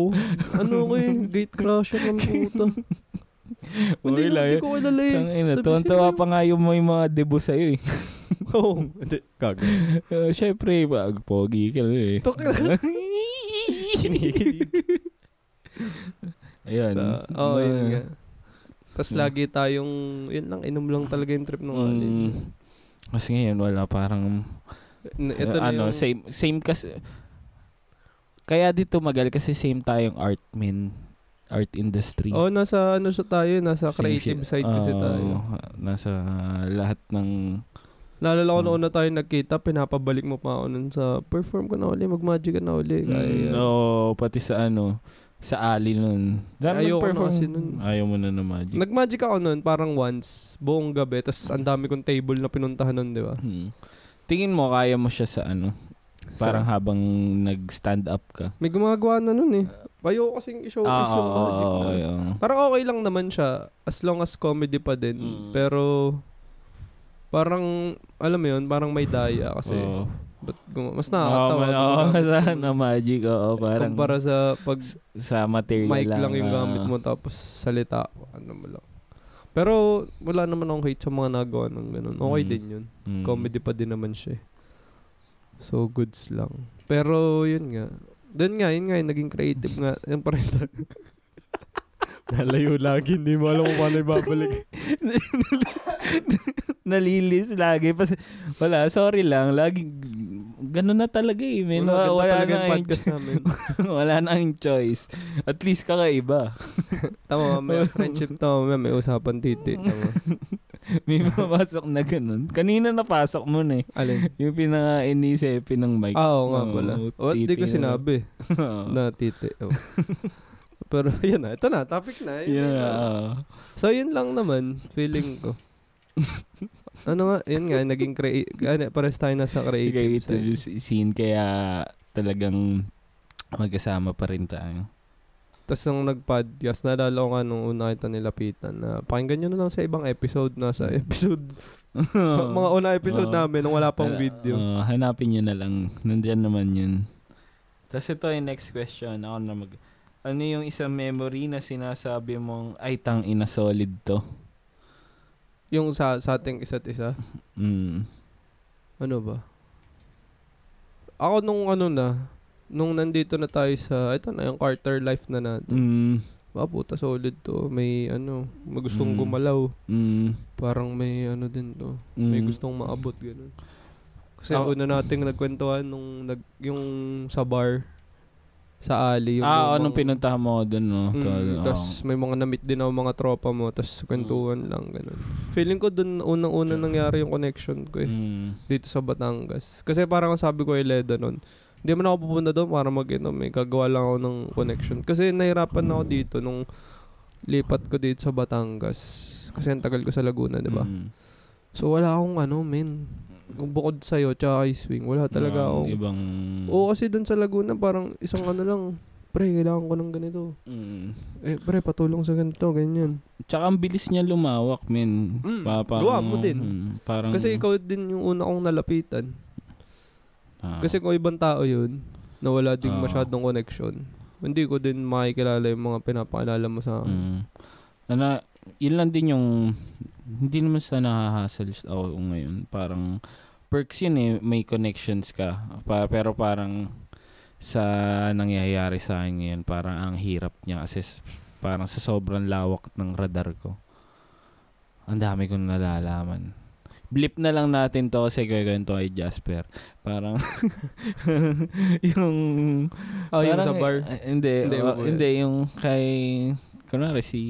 [SPEAKER 2] Ano ko eh, gate crusher ng puta. hindi,
[SPEAKER 1] Okay lang
[SPEAKER 2] hindi
[SPEAKER 1] yun.
[SPEAKER 2] ko kilala eh.
[SPEAKER 1] Tangina,
[SPEAKER 2] Sabi,
[SPEAKER 1] tuwan-tuwa
[SPEAKER 2] sino
[SPEAKER 1] pa nga yung may mga debut sa'yo eh.
[SPEAKER 2] yun? Oo. Hindi, gago.
[SPEAKER 1] Uh, Siyempre, pag pogi ka rin eh.
[SPEAKER 2] Tok- Kinikilig.
[SPEAKER 1] Ayun.
[SPEAKER 2] Ah, Oo, oh, yun
[SPEAKER 1] Mga-
[SPEAKER 2] nga. Tapos
[SPEAKER 1] Mm.
[SPEAKER 2] lagi tayong, yun lang, inom lang talaga yung trip ng college.
[SPEAKER 1] Mm. Kasi ngayon wala parang
[SPEAKER 2] N- Ito na
[SPEAKER 1] ano
[SPEAKER 2] yung,
[SPEAKER 1] same same kasi kaya dito magal kasi same tayong art men art industry.
[SPEAKER 2] Oh, nasa ano siya tayo, nasa
[SPEAKER 1] Same
[SPEAKER 2] creative
[SPEAKER 1] shit.
[SPEAKER 2] side kasi
[SPEAKER 1] Oo,
[SPEAKER 2] tayo.
[SPEAKER 1] Nasa lahat ng
[SPEAKER 2] Naalala ko
[SPEAKER 1] Mm.
[SPEAKER 2] noon na tayo nagkita, pinapabalik mo pa ako nun sa perform ko na uli, mag-magic ka na uli.
[SPEAKER 1] Mm,
[SPEAKER 2] Kaya,
[SPEAKER 1] oo, pati sa ano sa alley nun. Dami
[SPEAKER 2] Ayoko
[SPEAKER 1] nagperform.
[SPEAKER 2] na kasi nun.
[SPEAKER 1] Ayaw mo na ng magic.
[SPEAKER 2] Nag-magic ako nun, parang once, buong gabi, tapos ang dami kong table na pinuntahan nun, di ba?
[SPEAKER 1] Hmm. Tingin mo kaya mo siya sa ano? Parang
[SPEAKER 2] So,
[SPEAKER 1] habang nag-stand up ka.
[SPEAKER 2] may gumagawa na nun eh. Ayaw kasing i-showcase
[SPEAKER 1] Ah, oo,
[SPEAKER 2] yung project
[SPEAKER 1] oo,
[SPEAKER 2] na.
[SPEAKER 1] okay, oo.
[SPEAKER 2] Parang okay lang naman siya as long as comedy pa din.
[SPEAKER 1] Mm.
[SPEAKER 2] Pero parang alam mo 'yun, parang may daya kasi
[SPEAKER 1] Oo.
[SPEAKER 2] but gum- mas
[SPEAKER 1] Oo,
[SPEAKER 2] nakakatawa.
[SPEAKER 1] man,
[SPEAKER 2] kung
[SPEAKER 1] oo,
[SPEAKER 2] gamit
[SPEAKER 1] sa
[SPEAKER 2] mo-
[SPEAKER 1] na magic, oo, parang
[SPEAKER 2] kumpara sa pag
[SPEAKER 1] sa material
[SPEAKER 2] mic lang yung
[SPEAKER 1] ah.
[SPEAKER 2] gamit mo tapos salita, ano mo lang. Pero wala naman akong hate sa mga nagawa ng ganun. Okay
[SPEAKER 1] Mm.
[SPEAKER 2] din 'yun.
[SPEAKER 1] Mm.
[SPEAKER 2] Comedy pa din naman siya. eh. So goods lang. Pero 'yun nga. Doon nga, yun nga, yung naging creative nga. Yung pares na.
[SPEAKER 3] Nalayo lagi, hindi mo alam kung paano ibabalik.
[SPEAKER 1] Nalilis lagi. Pas, wala, sorry lang. Lagi, ganun na talaga eh. Man. Wala, wala, na eh.
[SPEAKER 2] talaga yung
[SPEAKER 1] ang,
[SPEAKER 2] podcast namin.
[SPEAKER 1] wala na ang choice. At least kakaiba.
[SPEAKER 2] Tama, may friendship tama, may, may usapan titi.
[SPEAKER 1] Mm.
[SPEAKER 2] Tama.
[SPEAKER 1] May mapasok na ganun. Kanina napasok mo na eh.
[SPEAKER 2] Alin?
[SPEAKER 1] Yung pinaka-inisipin ng mic.
[SPEAKER 2] Ah, oo nga
[SPEAKER 1] Oo,
[SPEAKER 2] pala.
[SPEAKER 1] Oh, titi oh.
[SPEAKER 2] O, di ko
[SPEAKER 1] na-
[SPEAKER 2] sinabi
[SPEAKER 1] Oo.
[SPEAKER 2] na titi. Oo. Pero yun na, ito na, topic na. Yun
[SPEAKER 1] Yun
[SPEAKER 2] na.
[SPEAKER 1] nga, oo.
[SPEAKER 2] So yun lang naman, feeling ko. ano nga, yun nga, naging creative, ano, pares tayo na sa creative.
[SPEAKER 1] Creative
[SPEAKER 2] side.
[SPEAKER 1] s- scene. Kaya talagang magkasama pa rin tayo.
[SPEAKER 2] Tapos nung nag-podcast, naalala ko nga nung una kita nilapitan na pakinggan nyo na lang sa ibang episode, nasa episode, mga una episode
[SPEAKER 1] Oo.
[SPEAKER 2] namin nung wala pang
[SPEAKER 1] Hala-
[SPEAKER 2] video.
[SPEAKER 1] oo, hanapin nyo na lang. Nandyan naman yun. Tapos ito yung next question. Ako na mag... Ano yung isang memory na sinasabi mong, ay, tang ina solid to?
[SPEAKER 2] Yung sa, sa ating isa't isa.
[SPEAKER 1] Mm.
[SPEAKER 2] Ano ba? Ako nung ano na, nung nandito na tayo sa, ito na yung quarter life na natin.
[SPEAKER 1] Mm.
[SPEAKER 2] Ah, puta solid to. May ano, may gustong
[SPEAKER 1] Mm.
[SPEAKER 2] gumalaw.
[SPEAKER 1] Mm.
[SPEAKER 2] Parang may ano din to.
[SPEAKER 1] mm.
[SPEAKER 2] May gustong maabot, ganun. Kasi
[SPEAKER 1] Ako-
[SPEAKER 2] una nating nagkwentuhan nung, nag, yung sa bar, sa alley. Yung
[SPEAKER 1] Ah,
[SPEAKER 2] lumang-
[SPEAKER 1] anong pinuntahan mo doon, no? Tol, ah.
[SPEAKER 2] Mm,
[SPEAKER 1] oo.
[SPEAKER 2] tas may mga na-meet din ako mga tropa mo, tas kwentuhan
[SPEAKER 1] Mm.
[SPEAKER 2] lang, ganun. Feeling ko dun unang-una nangyari yung connection ko eh
[SPEAKER 1] Mm.
[SPEAKER 2] dito sa Batangas. Kasi parang ang sabi ko kay Leda nun, hindi man ako pupunta doon para mag-inom eh. Gagawa lang ako ng connection. Kasi nahirapan na ako dito nung lipat ko dito sa Batangas. Kasi ang tagal ko sa Laguna, di ba?
[SPEAKER 1] Mm.
[SPEAKER 2] So wala akong ano, men. Kung Bukod sa'yo, tsaka kay Swing, wala talaga
[SPEAKER 1] Parang
[SPEAKER 2] akong...
[SPEAKER 1] Ibang...
[SPEAKER 2] Oo, kasi doon sa Laguna, parang isang ano lang, pre, kailangan ko ng ganito.
[SPEAKER 1] Mm.
[SPEAKER 2] Eh, pre, patulong sa ganito, ganyan.
[SPEAKER 1] Tsaka ang bilis niya lumawak, men.
[SPEAKER 2] Mm,
[SPEAKER 1] Pa- parang-
[SPEAKER 2] luwa mo din.
[SPEAKER 1] mm, parang,
[SPEAKER 2] Kasi ikaw din yung una kong nalapitan.
[SPEAKER 1] Ah.
[SPEAKER 2] Kasi kung ibang tao yun, na wala ding
[SPEAKER 1] Oo.
[SPEAKER 2] masyadong connection, hindi ko din makikilala yung mga pinapaalala mo sa akin.
[SPEAKER 1] Mm. Ano, yun lang din yung, hindi naman sa nahahassle ako ngayon. Parang, perks yun eh, may connections ka. Pa, pero parang, sa nangyayari sa akin ngayon, parang ang hirap niya kasi s- parang sa sobrang lawak ng radar ko. Ang dami kong nalalaman. Blip na lang natin to kasi gagawin to kay Jasper. Parang yung
[SPEAKER 2] Ah, yung
[SPEAKER 1] Parang,
[SPEAKER 2] sa bar.
[SPEAKER 1] eh, hindi,
[SPEAKER 2] Hindi,
[SPEAKER 1] oo,
[SPEAKER 2] mabuhay.
[SPEAKER 1] hindi, yung kay, kunwari si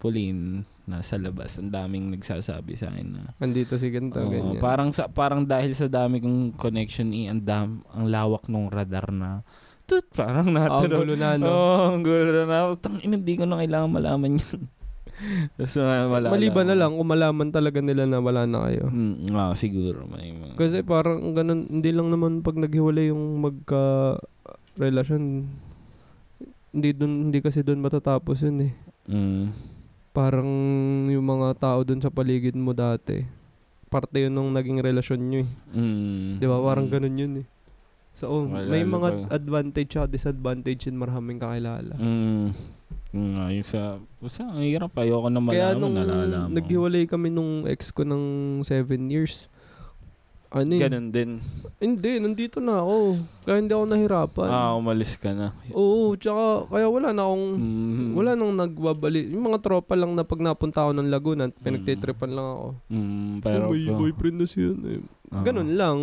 [SPEAKER 1] Pauline nasa labas, ang daming nagsasabi sa akin na,
[SPEAKER 2] Andito si ganito,
[SPEAKER 1] oo,
[SPEAKER 2] ganyan.
[SPEAKER 1] parang, sa, parang dahil sa dami kong connection, eh, ang, dam, ang lawak ng radar na, tut, parang
[SPEAKER 2] Ah, ang
[SPEAKER 1] natunog.
[SPEAKER 2] gulo na, no?
[SPEAKER 1] Oo, ang gulo na na. Tang ina, hindi ko na kailangan malaman yun. Tapos wala- wala
[SPEAKER 2] Maliban na lang kung malaman talaga nila na wala na kayo.
[SPEAKER 1] Mm, ah, siguro. May, mga-
[SPEAKER 2] Kasi parang ganun, hindi lang naman pag naghiwalay yung magka relasyon hindi dun, hindi kasi doon matatapos yun eh.
[SPEAKER 1] Mm,
[SPEAKER 2] Parang yung mga tao doon sa paligid mo dati, parte yun nung naging relasyon nyo eh.
[SPEAKER 1] mm,
[SPEAKER 2] Di ba? Parang
[SPEAKER 1] mm.
[SPEAKER 2] ganun yun eh. So, oh,
[SPEAKER 1] Wala
[SPEAKER 2] may
[SPEAKER 1] na
[SPEAKER 2] mga
[SPEAKER 1] pa.
[SPEAKER 2] advantage at disadvantage yun maraming kakilala.
[SPEAKER 1] Mm. Mm, ah, yung sa, basta ang hirap, ayoko na malaman,
[SPEAKER 2] Kaya nung
[SPEAKER 1] nalalaman.
[SPEAKER 2] naghiwalay kami nung ex ko ng seven years, ano eh,
[SPEAKER 1] Ganun din.
[SPEAKER 2] hindi, nandito na ako. Kaya hindi ako nahirapan.
[SPEAKER 1] Ah, umalis ka na.
[SPEAKER 2] Oo, tsaka kaya wala na akong
[SPEAKER 1] Mm.
[SPEAKER 2] Oh, wala nang nagbabali. Yung mga tropa lang na pag napunta ako ng Laguna, pinagtitripan lang ako.
[SPEAKER 1] Mm,
[SPEAKER 2] Pero
[SPEAKER 1] pero
[SPEAKER 2] Oh, may
[SPEAKER 1] ko-
[SPEAKER 2] boyfriend na siya. Eh.
[SPEAKER 1] ah,
[SPEAKER 2] Ganun lang.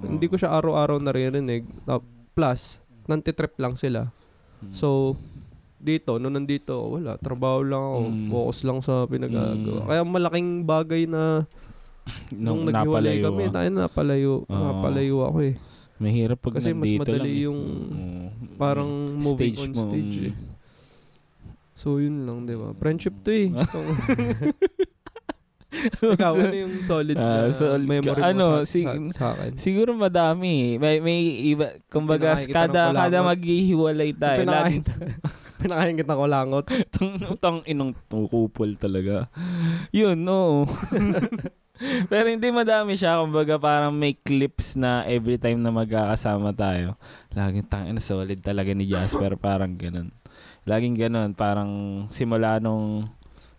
[SPEAKER 1] ah,
[SPEAKER 2] Hindi ko siya araw-araw naririnig. Ta- Plus, nantitrip lang sila.
[SPEAKER 1] mm,
[SPEAKER 2] So, dito, no nandito, ako, wala. Trabaho lang ako.
[SPEAKER 1] Mm.
[SPEAKER 2] Focus lang sa pinagagawa.
[SPEAKER 1] Mm.
[SPEAKER 2] Kaya malaking bagay na nung, naghiwalay
[SPEAKER 1] napalayo
[SPEAKER 2] kami,
[SPEAKER 1] ah.
[SPEAKER 2] tayo napalayo.
[SPEAKER 1] Oo.
[SPEAKER 2] Napalayo ako eh.
[SPEAKER 1] Mahirap pag
[SPEAKER 2] Kasi mas
[SPEAKER 1] nandito
[SPEAKER 2] madali
[SPEAKER 1] lang eh.
[SPEAKER 2] yung
[SPEAKER 1] Oo.
[SPEAKER 2] Parang moving
[SPEAKER 1] Stage
[SPEAKER 2] on
[SPEAKER 1] mo,
[SPEAKER 2] Hmm, stage
[SPEAKER 1] mm.
[SPEAKER 2] eh. So, yun lang, di ba? Friendship to eh. So, Ikaw, ano yung solid
[SPEAKER 1] Ah,
[SPEAKER 2] na
[SPEAKER 1] solid
[SPEAKER 2] memory
[SPEAKER 1] ka-
[SPEAKER 2] mo
[SPEAKER 1] ano,
[SPEAKER 2] sa,
[SPEAKER 1] si-
[SPEAKER 2] sa, sa akin?
[SPEAKER 1] Siguro madami. May, may iba, kumbaga
[SPEAKER 2] Pinakakita ng
[SPEAKER 1] kada,
[SPEAKER 2] kulangot.
[SPEAKER 1] kada maghihiwalay tayo. Lagi
[SPEAKER 2] Pinakain, pinakain kita ko langot.
[SPEAKER 1] tong, tong inong kupol talaga. Yun, no. Pero hindi madami siya. Kumbaga parang may clips na every time na magkakasama tayo. Laging tangin solid talaga ni Jasper. Parang ganun. Laging ganun. Parang simula nung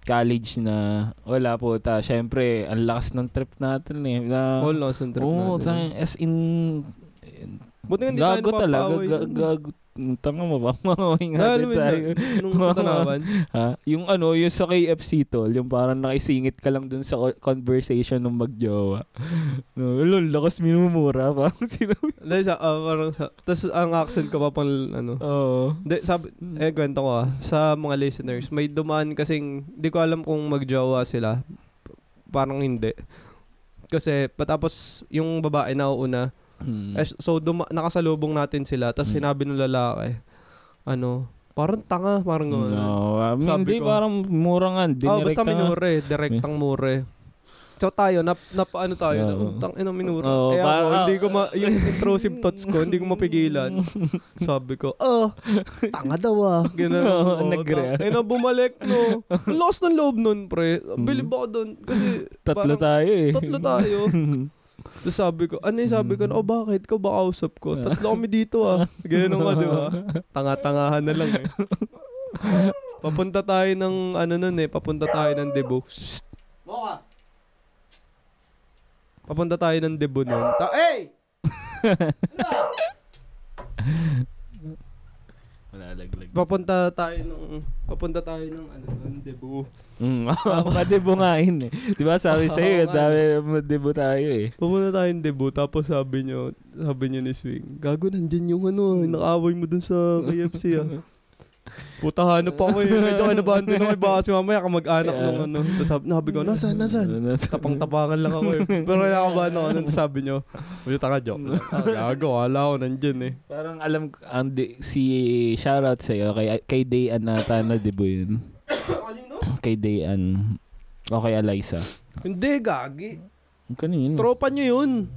[SPEAKER 1] college na wala po ta. Siyempre, ang lakas ng trip natin eh. Na,
[SPEAKER 2] All Lawson trip
[SPEAKER 1] Oo, tangin,
[SPEAKER 2] natin.
[SPEAKER 1] as in
[SPEAKER 2] Buti nga hindi tayo
[SPEAKER 1] Gago talaga.
[SPEAKER 2] napapaway
[SPEAKER 1] Ga-
[SPEAKER 2] nun.
[SPEAKER 1] gago. Tanga mo ba? Mangawing nga
[SPEAKER 2] Ah, alam
[SPEAKER 1] din
[SPEAKER 2] mo
[SPEAKER 1] tayo.
[SPEAKER 2] yun, Nung sa tanawan.
[SPEAKER 1] Ha? Yung ano, yung sa KFC tol, yung parang nakisingit ka lang dun sa co- conversation ng magjowa. No, lol, lakas minumura pa. Sino?
[SPEAKER 2] Dahil sa, ah, parang sa, tas ang accent ko pa pang, ano.
[SPEAKER 1] Oo.
[SPEAKER 2] Hindi, sabi,
[SPEAKER 1] Hmm.
[SPEAKER 2] eh, kwento ko ah, sa mga listeners, may dumaan kasing, di ko alam kung magjowa sila. Parang hindi. Kasi, patapos, yung babae na una,
[SPEAKER 1] Hmm.
[SPEAKER 2] Eh, so, duma- nakasalubong natin sila, tapos
[SPEAKER 1] Mm.
[SPEAKER 2] sinabi ng lalaki, ano, parang tanga, parang gano'n.
[SPEAKER 1] No, I mean,
[SPEAKER 2] ano Sabi
[SPEAKER 1] hindi
[SPEAKER 2] ko.
[SPEAKER 1] parang mura nga.
[SPEAKER 2] Oh,
[SPEAKER 1] Dinirekta
[SPEAKER 2] basta
[SPEAKER 1] nga.
[SPEAKER 2] minure, direktang mure. So tayo, nap, nap ano tayo,
[SPEAKER 1] Oo.
[SPEAKER 2] yeah. untang ina minura.
[SPEAKER 1] Oo,
[SPEAKER 2] eh ako,
[SPEAKER 1] parang- ah.
[SPEAKER 2] hindi ko ma, yung intrusive thoughts ko, hindi ko
[SPEAKER 1] Hmm.
[SPEAKER 2] mapigilan. Sabi ko, oh, tanga daw ah. Ganun.
[SPEAKER 1] Oo,
[SPEAKER 2] Oo,
[SPEAKER 1] nagre-
[SPEAKER 2] tang- ina, bumalik no. Lost ng loob nun, pre. Bilib ako dun. Kasi,
[SPEAKER 1] Tatlo
[SPEAKER 2] parang-
[SPEAKER 1] tayo eh.
[SPEAKER 2] Tatlo tayo. Tapos sabi ko, ano yung sabi ko, oh bakit ko ba kausap ko? Tatlo kami dito ah. Ganun ka, di ba? Tanga-tangahan na lang eh. Papunta tayo ng, ano nun eh, papunta tayo ng Debo. Papunta tayo ng Debo nun. Ta- hey!
[SPEAKER 1] Malalaglag.
[SPEAKER 2] Papunta tayo ng, papunta tayo ng, ano nun, Debo.
[SPEAKER 1] Mm, Makadebo nga yun eh. Di ba sabi sa'yo, eh,
[SPEAKER 2] Oo, nga.
[SPEAKER 1] dami madebo tayo eh.
[SPEAKER 2] Papunta tayo ng Debo, tapos sabi nyo, sabi nyo ni Swing, gago, nandyan yung ano, nakaaway mo dun sa KFC ah. Puta, hanap ako eh. Medyo kinabahan din ako eh. Baka si mamaya kamag-anak
[SPEAKER 1] Yeah.
[SPEAKER 2] nung ano. Tapos sabi, sabi ko, nasaan, nasaan?
[SPEAKER 1] Ano,
[SPEAKER 2] Tapang-tapangan lang ako eh. Pero nakabahan ako nun. Sabi nyo, medyo tanga joke lang. Ah, Gago, wala ako nandyan eh.
[SPEAKER 1] Parang alam ko- ang di- si shoutout sa iyo kay kay Dayan nata na di ba yun? kay Dayan. O kay Eliza.
[SPEAKER 2] Hindi, gagi.
[SPEAKER 1] Ang Kanina. yun?
[SPEAKER 2] Tropa nyo yun.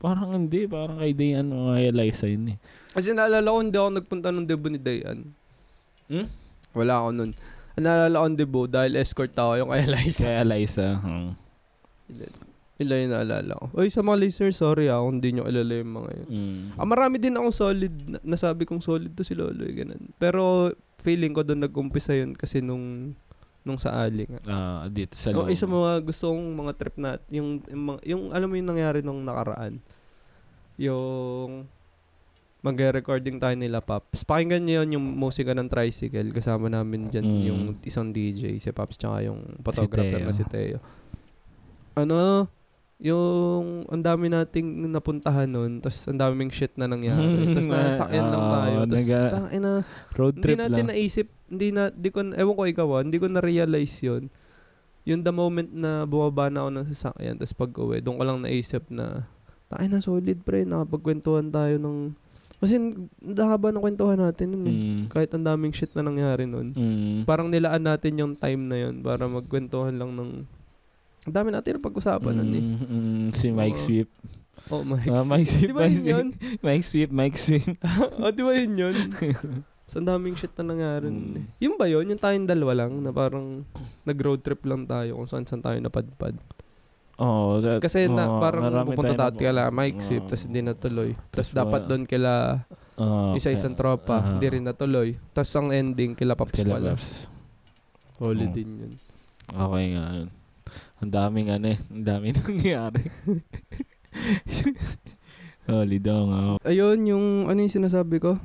[SPEAKER 1] Parang hindi, parang kay Dayan o kay Eliza yun eh.
[SPEAKER 2] Kasi naalala ko, hindi ako nagpunta ng debo ni Dayan.
[SPEAKER 1] Hmm?
[SPEAKER 2] Wala ako nun. Ang Naalala ko ng debo dahil escort ako yung kay Eliza.
[SPEAKER 1] Kay Eliza. Hmm.
[SPEAKER 2] Ila yung naalala ko. Oy, sa mga listeners, sorry ah, kung hindi nyo alala yung mga yun.
[SPEAKER 1] Mm.
[SPEAKER 2] Ah, marami din akong solid, na- nasabi kong solid to si Lolo, eh, ganun. Pero feeling ko doon nag-umpisa yun kasi nung nung sa Ali nga.
[SPEAKER 1] Ah, dito sa
[SPEAKER 2] Oh,
[SPEAKER 1] loob.
[SPEAKER 2] isa mga gusto kong mga trip na, yung, yung, mga- yung alam mo yung nangyari nung nakaraan. Yung magre-recording tayo nila, Paps. Pakinggan niyo yun yung musika ng tricycle. Kasama namin dyan
[SPEAKER 1] Mm.
[SPEAKER 2] yung isang DJ, si Paps, tsaka yung photographer
[SPEAKER 1] Teo.
[SPEAKER 2] na si Teo. Ano, yung ang dami nating napuntahan nun, tapos ang daming shit na nangyari. tapos
[SPEAKER 1] Ah,
[SPEAKER 2] nasakyan lang tayo.
[SPEAKER 1] oo,
[SPEAKER 2] Tapos,
[SPEAKER 1] naga-
[SPEAKER 2] ina,
[SPEAKER 1] Road
[SPEAKER 2] hindi
[SPEAKER 1] trip
[SPEAKER 2] natin
[SPEAKER 1] lang.
[SPEAKER 2] naisip, hindi na, di ko, ewan ko ikaw ah, hindi ko na-realize yun. Yung the moment na bumaba na ako ng sasakyan, tapos pag uwi, doon ko lang naisip na, ay na solid pre, nakapagkwentuhan tayo ng, kasi ang haba ng kwentuhan natin nun eh.
[SPEAKER 1] Mm.
[SPEAKER 2] Kahit ang daming shit na nangyari nun.
[SPEAKER 1] Mm.
[SPEAKER 2] Parang nilaan natin yung time na yun para magkwentuhan lang ng, ang dami natin na pag-usapan nun eh.
[SPEAKER 1] Mm, mm, si Mike
[SPEAKER 2] Oo.
[SPEAKER 1] Sweep.
[SPEAKER 2] Oh my
[SPEAKER 1] Ah, Mike Sweep,
[SPEAKER 2] Di ba
[SPEAKER 1] Mike
[SPEAKER 2] yun
[SPEAKER 1] Sweep.
[SPEAKER 2] yun?
[SPEAKER 1] Mike Sweep, Mike Sweep.
[SPEAKER 2] oh, di ba yun yun? So, ang daming shit na nangyari. nun
[SPEAKER 1] Hmm.
[SPEAKER 2] eh. Yun ba yun? Yung tayong dalawa lang na parang nag-road trip lang tayo kung saan-saan tayo napadpad.
[SPEAKER 1] Oh, that-
[SPEAKER 2] Kasi na,
[SPEAKER 1] oo,
[SPEAKER 2] parang
[SPEAKER 1] marami
[SPEAKER 2] pupunta
[SPEAKER 1] tayo
[SPEAKER 2] tayo kala Mike
[SPEAKER 1] Oo.
[SPEAKER 2] Sip, tapos hindi natuloy. Tapos
[SPEAKER 1] Tas
[SPEAKER 2] dapat
[SPEAKER 1] wala.
[SPEAKER 2] doon kila
[SPEAKER 1] Oo,
[SPEAKER 2] isa-isang
[SPEAKER 1] kaya-
[SPEAKER 2] tropa,
[SPEAKER 1] Ah.
[SPEAKER 2] hindi rin natuloy. Tapos ang ending, kila Paps
[SPEAKER 1] Kila
[SPEAKER 2] pala.
[SPEAKER 1] Paps.
[SPEAKER 2] Holy
[SPEAKER 1] Oo.
[SPEAKER 2] din yun.
[SPEAKER 1] Oh, Okay nga. yun. Ang daming ano eh. Ang daming nangyari. Holy daw nga.
[SPEAKER 2] Ayun, yung ano yung sinasabi ko?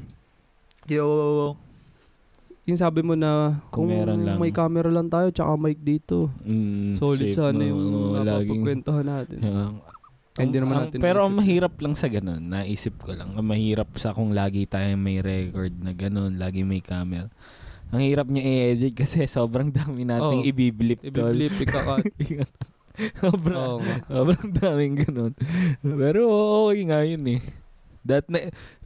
[SPEAKER 2] Yo. Yung sabi mo na kung
[SPEAKER 1] Kung meron lang.
[SPEAKER 2] may camera lang tayo, tsaka mic dito.
[SPEAKER 1] Mm,
[SPEAKER 2] Solid
[SPEAKER 1] safe
[SPEAKER 2] sana
[SPEAKER 1] mo,
[SPEAKER 2] yung
[SPEAKER 1] oo, laging-
[SPEAKER 2] napapagkwentuhan natin.
[SPEAKER 1] Yeah.
[SPEAKER 2] Hindi
[SPEAKER 1] Ang-
[SPEAKER 2] naman
[SPEAKER 1] ang-
[SPEAKER 2] natin
[SPEAKER 1] pero ang
[SPEAKER 2] naisip.
[SPEAKER 1] mahirap lang sa ganun, naisip ko lang. Ang mahirap sa kung lagi tayong may record na ganun, lagi may camera. Ang hirap niya i-edit kasi sobrang dami nating
[SPEAKER 2] Oo.
[SPEAKER 1] ibiblip tol.
[SPEAKER 2] Oh. Ibiblip, Oh. ikakat.
[SPEAKER 1] sobrang,
[SPEAKER 2] Oo nga.
[SPEAKER 1] Sobrang Ah, daming ganun. Pero okay nga yun eh. That, na,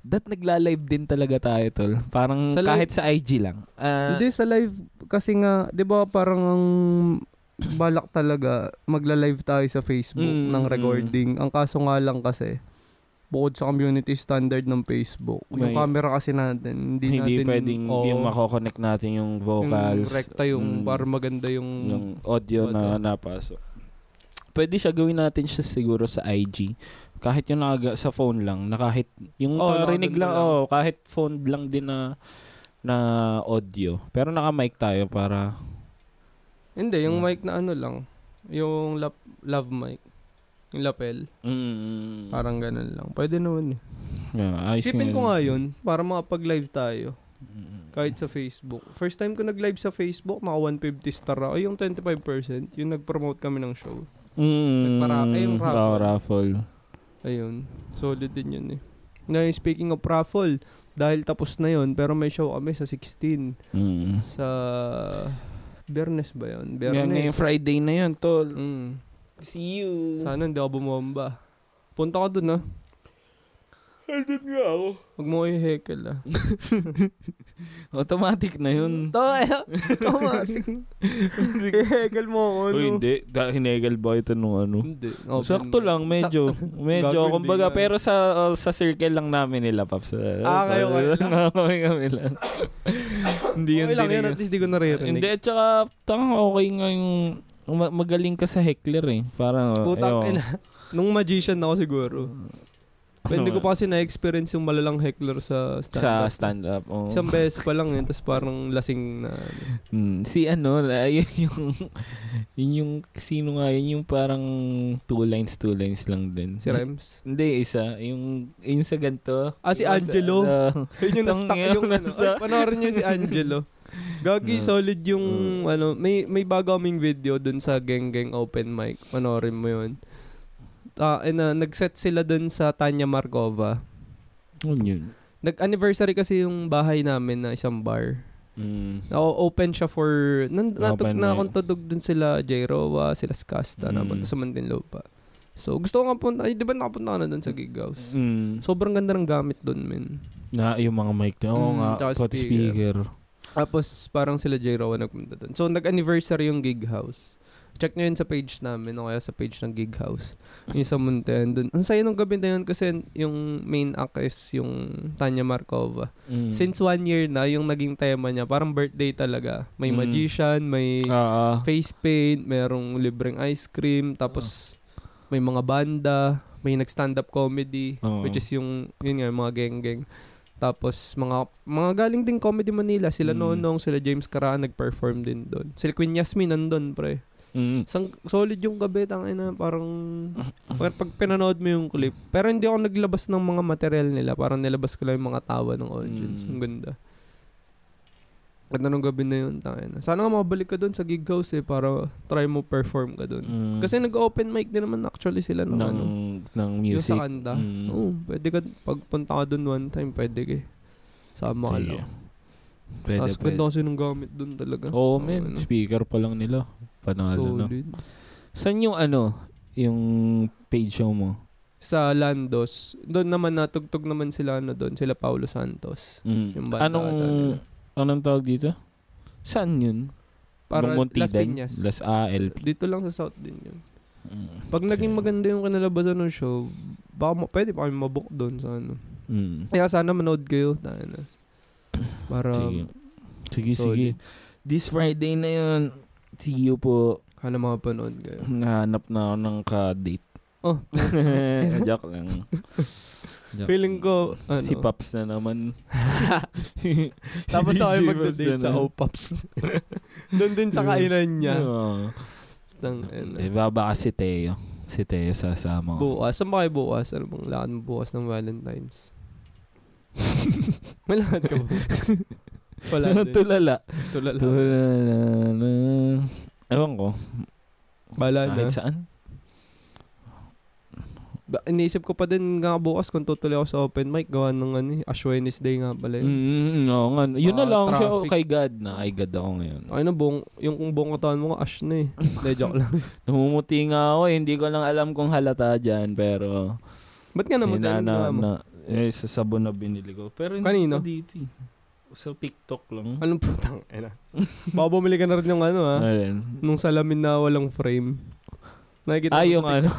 [SPEAKER 1] that nagla-live din talaga tayo, tol. Parang
[SPEAKER 2] Sa live-
[SPEAKER 1] kahit sa IG lang. Ah,
[SPEAKER 2] Hindi, sa live kasi nga, di ba parang ang balak talaga magla-live tayo sa Facebook
[SPEAKER 1] Mm,
[SPEAKER 2] ng
[SPEAKER 1] mm.
[SPEAKER 2] recording. Ang kaso nga lang kasi, bukod sa community standard ng Facebook, yung
[SPEAKER 1] May-
[SPEAKER 2] camera kasi natin, hindi,
[SPEAKER 1] Hindi
[SPEAKER 2] natin...
[SPEAKER 1] pwedeng
[SPEAKER 2] Oo,
[SPEAKER 1] yung makokonek natin yung vocals.
[SPEAKER 2] Yung rekta yung,
[SPEAKER 1] Mm.
[SPEAKER 2] para maganda yung...
[SPEAKER 1] yung audio na
[SPEAKER 2] Audio.
[SPEAKER 1] napasok. Pwede siya gawin natin siya siguro sa IG. Kahit yung nakaga, sa phone lang, na kahit yung
[SPEAKER 2] Oh,
[SPEAKER 1] karinig
[SPEAKER 2] nakaganda
[SPEAKER 1] lang,
[SPEAKER 2] lang.
[SPEAKER 1] oh, kahit phone lang din na na audio. Pero naka-mic tayo para
[SPEAKER 2] Hindi, yung
[SPEAKER 1] Mm.
[SPEAKER 2] mic na ano lang. Yung lap, love mic. Yung lapel.
[SPEAKER 1] mm,
[SPEAKER 2] Parang ganun lang. Pwede naman eh.
[SPEAKER 1] yeah, ayos
[SPEAKER 2] Isipin
[SPEAKER 1] nga
[SPEAKER 2] ko
[SPEAKER 1] yun.
[SPEAKER 2] nga yun para makapag-live tayo.
[SPEAKER 1] Mm.
[SPEAKER 2] Kahit sa Facebook. First time ko nag-live sa Facebook, naka 150 star ako. Ay, Yung 25%, yung nag-promote kami ng show.
[SPEAKER 1] Mm,
[SPEAKER 2] Nagpara- ay, yung raffle.
[SPEAKER 1] oh, raffle.
[SPEAKER 2] Ayun. Solid din yun eh. Ngayon, speaking of raffle, dahil tapos na yun, pero may show kami sa 16.
[SPEAKER 1] Mm.
[SPEAKER 2] Sa... Bernes ba yun?
[SPEAKER 1] Yan, ngayong
[SPEAKER 2] Bernes.
[SPEAKER 1] Friday na yun, tol.
[SPEAKER 2] Mm.
[SPEAKER 1] See you.
[SPEAKER 2] Sana hindi ako bumomba. Punta ka dun ah.
[SPEAKER 1] Andun nga ako.
[SPEAKER 2] Huwag mo i-heckle ah.
[SPEAKER 1] Automatic na yun.
[SPEAKER 2] Tama. Hegal mo ako, no?
[SPEAKER 1] Uy, hindi. Da, hinegal ba ito nung ano?
[SPEAKER 2] Hindi. Oh,
[SPEAKER 1] Sakto lang, medyo. Medyo,
[SPEAKER 2] Gago,
[SPEAKER 1] kumbaga.
[SPEAKER 2] hindi nga.
[SPEAKER 1] Pero sa uh, sa circle lang namin nila, Paps. Uh,
[SPEAKER 2] Ah, kayo
[SPEAKER 1] kami
[SPEAKER 2] kayo
[SPEAKER 1] lang. kami, kami lang. hindi yun
[SPEAKER 2] Okay lang
[SPEAKER 1] dinig-
[SPEAKER 2] yan, at least di ko naririnig.
[SPEAKER 1] Hindi, at saka, tanga, okay nga yung... ma- Magaling ka sa heckler eh. Parang, oh,
[SPEAKER 2] Putang
[SPEAKER 1] ayun.
[SPEAKER 2] ina. Nung magician ako siguro.
[SPEAKER 1] Ano
[SPEAKER 2] Pero hindi ko
[SPEAKER 1] nga,
[SPEAKER 2] pa kasi na-experience yung malalang heckler sa
[SPEAKER 1] Sa
[SPEAKER 2] stand-up.
[SPEAKER 1] stand-up. oo.
[SPEAKER 2] Isang beses pa lang yun, tapos parang lasing na. ano.
[SPEAKER 1] Mm, si ano, ayun yung, yun yung, sino nga, yun yung parang two lines, two lines lang din.
[SPEAKER 2] Si Rems.
[SPEAKER 1] Hindi, isa. Yung, yung sa ganito.
[SPEAKER 2] Ah, si
[SPEAKER 1] Yung sa-
[SPEAKER 2] Angelo.
[SPEAKER 1] ano,
[SPEAKER 2] Yun
[SPEAKER 1] Tang-
[SPEAKER 2] yung na-stuck
[SPEAKER 1] yung
[SPEAKER 2] yung ano.
[SPEAKER 1] nasa-
[SPEAKER 2] Ay, panoorin nyo si Angelo. Gagi,
[SPEAKER 1] Mm.
[SPEAKER 2] solid yung ano. May, may bago kaming video dun sa Geng Geng Open Mic. Panoorin mo yun. Ah, and, ah, nag-set sila dun sa Tanya Markova.
[SPEAKER 1] yun yun.
[SPEAKER 2] Nag-anniversary kasi yung bahay namin na isang bar.
[SPEAKER 1] Mm.
[SPEAKER 2] O, open siya for... Nan, natug,
[SPEAKER 1] Open
[SPEAKER 2] na
[SPEAKER 1] mic.
[SPEAKER 2] kontodog dun sila J. Roa, sila Skasta, na
[SPEAKER 1] Mm.
[SPEAKER 2] sa Mantinlupa. So, gusto ko nga punta. Ay, di ba nakapunta ka na dun sa Gig House?
[SPEAKER 1] Mm.
[SPEAKER 2] Sobrang ganda ng gamit dun, men.
[SPEAKER 1] Na, yung mga mic na. Oo
[SPEAKER 2] Mm,
[SPEAKER 1] nga,
[SPEAKER 2] tsaka
[SPEAKER 1] pot
[SPEAKER 2] speaker.
[SPEAKER 1] speaker.
[SPEAKER 2] Tapos parang sila J. Rowan nagpunta doon. So nag-anniversary yung Gig House. Check nyo yun sa page namin o kaya sa page ng Gig House. Yung sa Munten doon. Ang saya nung gabi na yun kasi yung main act is yung Tanya Markova.
[SPEAKER 1] Mm.
[SPEAKER 2] Since one year na, yung naging tema niya, parang birthday talaga. May
[SPEAKER 1] Mm.
[SPEAKER 2] magician, may
[SPEAKER 1] Ah, ah.
[SPEAKER 2] face paint, merong libreng ice cream, tapos may mga banda, may nag-stand-up comedy,
[SPEAKER 1] Oo.
[SPEAKER 2] which is yung, yun nga, yung mga geng-geng. Tapos, mga, mga galing din Comedy Manila. Sila
[SPEAKER 1] Mm.
[SPEAKER 2] Nonong, sila James Caraan nag-perform din doon. Sila Queen Yasmin nandun, pre.
[SPEAKER 1] Mm.
[SPEAKER 2] Sang, solid yung gabi, tangin na, parang,
[SPEAKER 1] Mm-hmm.
[SPEAKER 2] pag, pag pinanood mo yung clip. Pero hindi ako naglabas ng mga material nila. Parang nilabas ko lang yung mga tawa ng audience.
[SPEAKER 1] Mm.
[SPEAKER 2] Ang ganda. Ganda nung gabi na yun, tangin na. Sana nga mabalik ka doon sa gig house eh, para try mo perform ka doon.
[SPEAKER 1] Mm.
[SPEAKER 2] Kasi nag-open mic din naman actually sila ng,
[SPEAKER 1] ng,
[SPEAKER 2] ano,
[SPEAKER 1] ng
[SPEAKER 2] yung
[SPEAKER 1] music.
[SPEAKER 2] sa kanta.
[SPEAKER 1] Mm.
[SPEAKER 2] Oo, pwede ka, pagpunta ka doon one time, pwede ka eh. Sama ka
[SPEAKER 1] Sige.
[SPEAKER 2] lang.
[SPEAKER 1] Pwede,
[SPEAKER 2] ah. Tapos
[SPEAKER 1] pwede.
[SPEAKER 2] ganda kasi nung gamit doon talaga.
[SPEAKER 1] Oo, men.
[SPEAKER 2] ano,
[SPEAKER 1] Speaker pa lang nila. Panalo na.
[SPEAKER 2] Solid.
[SPEAKER 1] Saan yung ano, yung page show mo?
[SPEAKER 2] Sa Landos, doon naman natugtog naman sila ano doon, sila Paulo Santos.
[SPEAKER 1] Mm.
[SPEAKER 2] Yung banda
[SPEAKER 1] Anong,
[SPEAKER 2] ata nila.
[SPEAKER 1] anong tawag dito? Saan yun?
[SPEAKER 2] Para
[SPEAKER 1] Bang Montidan?
[SPEAKER 2] Las Piñas.
[SPEAKER 1] Las AL.
[SPEAKER 2] Dito lang sa South din yun.
[SPEAKER 1] Mm.
[SPEAKER 2] Pag naging
[SPEAKER 1] Sige.
[SPEAKER 2] maganda yung kinalabasan ng show, baka ma- pwede pa kami mabook doon sa ano.
[SPEAKER 1] Mm.
[SPEAKER 2] Kaya sana manood kayo. Tayo na. Para
[SPEAKER 1] Sige. Sige,
[SPEAKER 2] solid.
[SPEAKER 1] sige. This Friday na yun, see you po.
[SPEAKER 2] Sana makapanood kayo.
[SPEAKER 1] Nahanap na ako ng ka-date. Eh,
[SPEAKER 2] Oh.
[SPEAKER 1] Joke lang. Joke
[SPEAKER 2] Feeling
[SPEAKER 1] lang.
[SPEAKER 2] ko, ano,
[SPEAKER 1] Si Pops na naman.
[SPEAKER 2] Tapos ako yung
[SPEAKER 1] Si Pops
[SPEAKER 2] magda-date
[SPEAKER 1] na
[SPEAKER 2] sa
[SPEAKER 1] naman. Mm.
[SPEAKER 2] Opops. Doon din sa kainan niya.
[SPEAKER 1] Oo.
[SPEAKER 2] Tang,
[SPEAKER 1] Di
[SPEAKER 2] ano.
[SPEAKER 1] ba baka si Teo? Si Teo sasama ko.
[SPEAKER 2] Bukas. Saan ba kayo bukas? Ano bang lakad mo bukas ng Valentine's? May lakad ka ba? Wala din.
[SPEAKER 1] Tulala.
[SPEAKER 2] Tulala.
[SPEAKER 1] Tulala. Ewan ko.
[SPEAKER 2] Bala na.
[SPEAKER 1] Kahit saan.
[SPEAKER 2] Ba- iniisip ko pa din nga bukas kung tutuloy ako sa open mic. Gawa ng ano, eh, Ash Wednesday nga pala. Yun.
[SPEAKER 1] Mm, oo nga. Yun na
[SPEAKER 2] Ah,
[SPEAKER 1] lang siya. oh,
[SPEAKER 2] traffic.
[SPEAKER 1] Kay God na. Kay God ako ngayon.
[SPEAKER 2] Ay na, buong, yung kung buong katawan mo nga, Ash na eh. Hindi, joke lang.
[SPEAKER 1] Namumuti nga ako. eh. Hindi ko lang alam kung halata dyan. Pero,
[SPEAKER 2] Ba't Ano, nga naman
[SPEAKER 1] eh, na,
[SPEAKER 2] tayo
[SPEAKER 1] na,
[SPEAKER 2] na,
[SPEAKER 1] na, eh, sa sabon na binili ko. Pero hindi
[SPEAKER 2] Kanino? Ano,
[SPEAKER 1] ko dito. eh.
[SPEAKER 3] Sa TikTok lang.
[SPEAKER 2] Anong putang ina? Baka bumili ka na rin ng ano ha?
[SPEAKER 1] Alin?
[SPEAKER 2] Nung salamin na walang frame. Nakikita
[SPEAKER 1] Ah,
[SPEAKER 2] ko sa
[SPEAKER 1] yung
[SPEAKER 2] TikTok.
[SPEAKER 1] ano.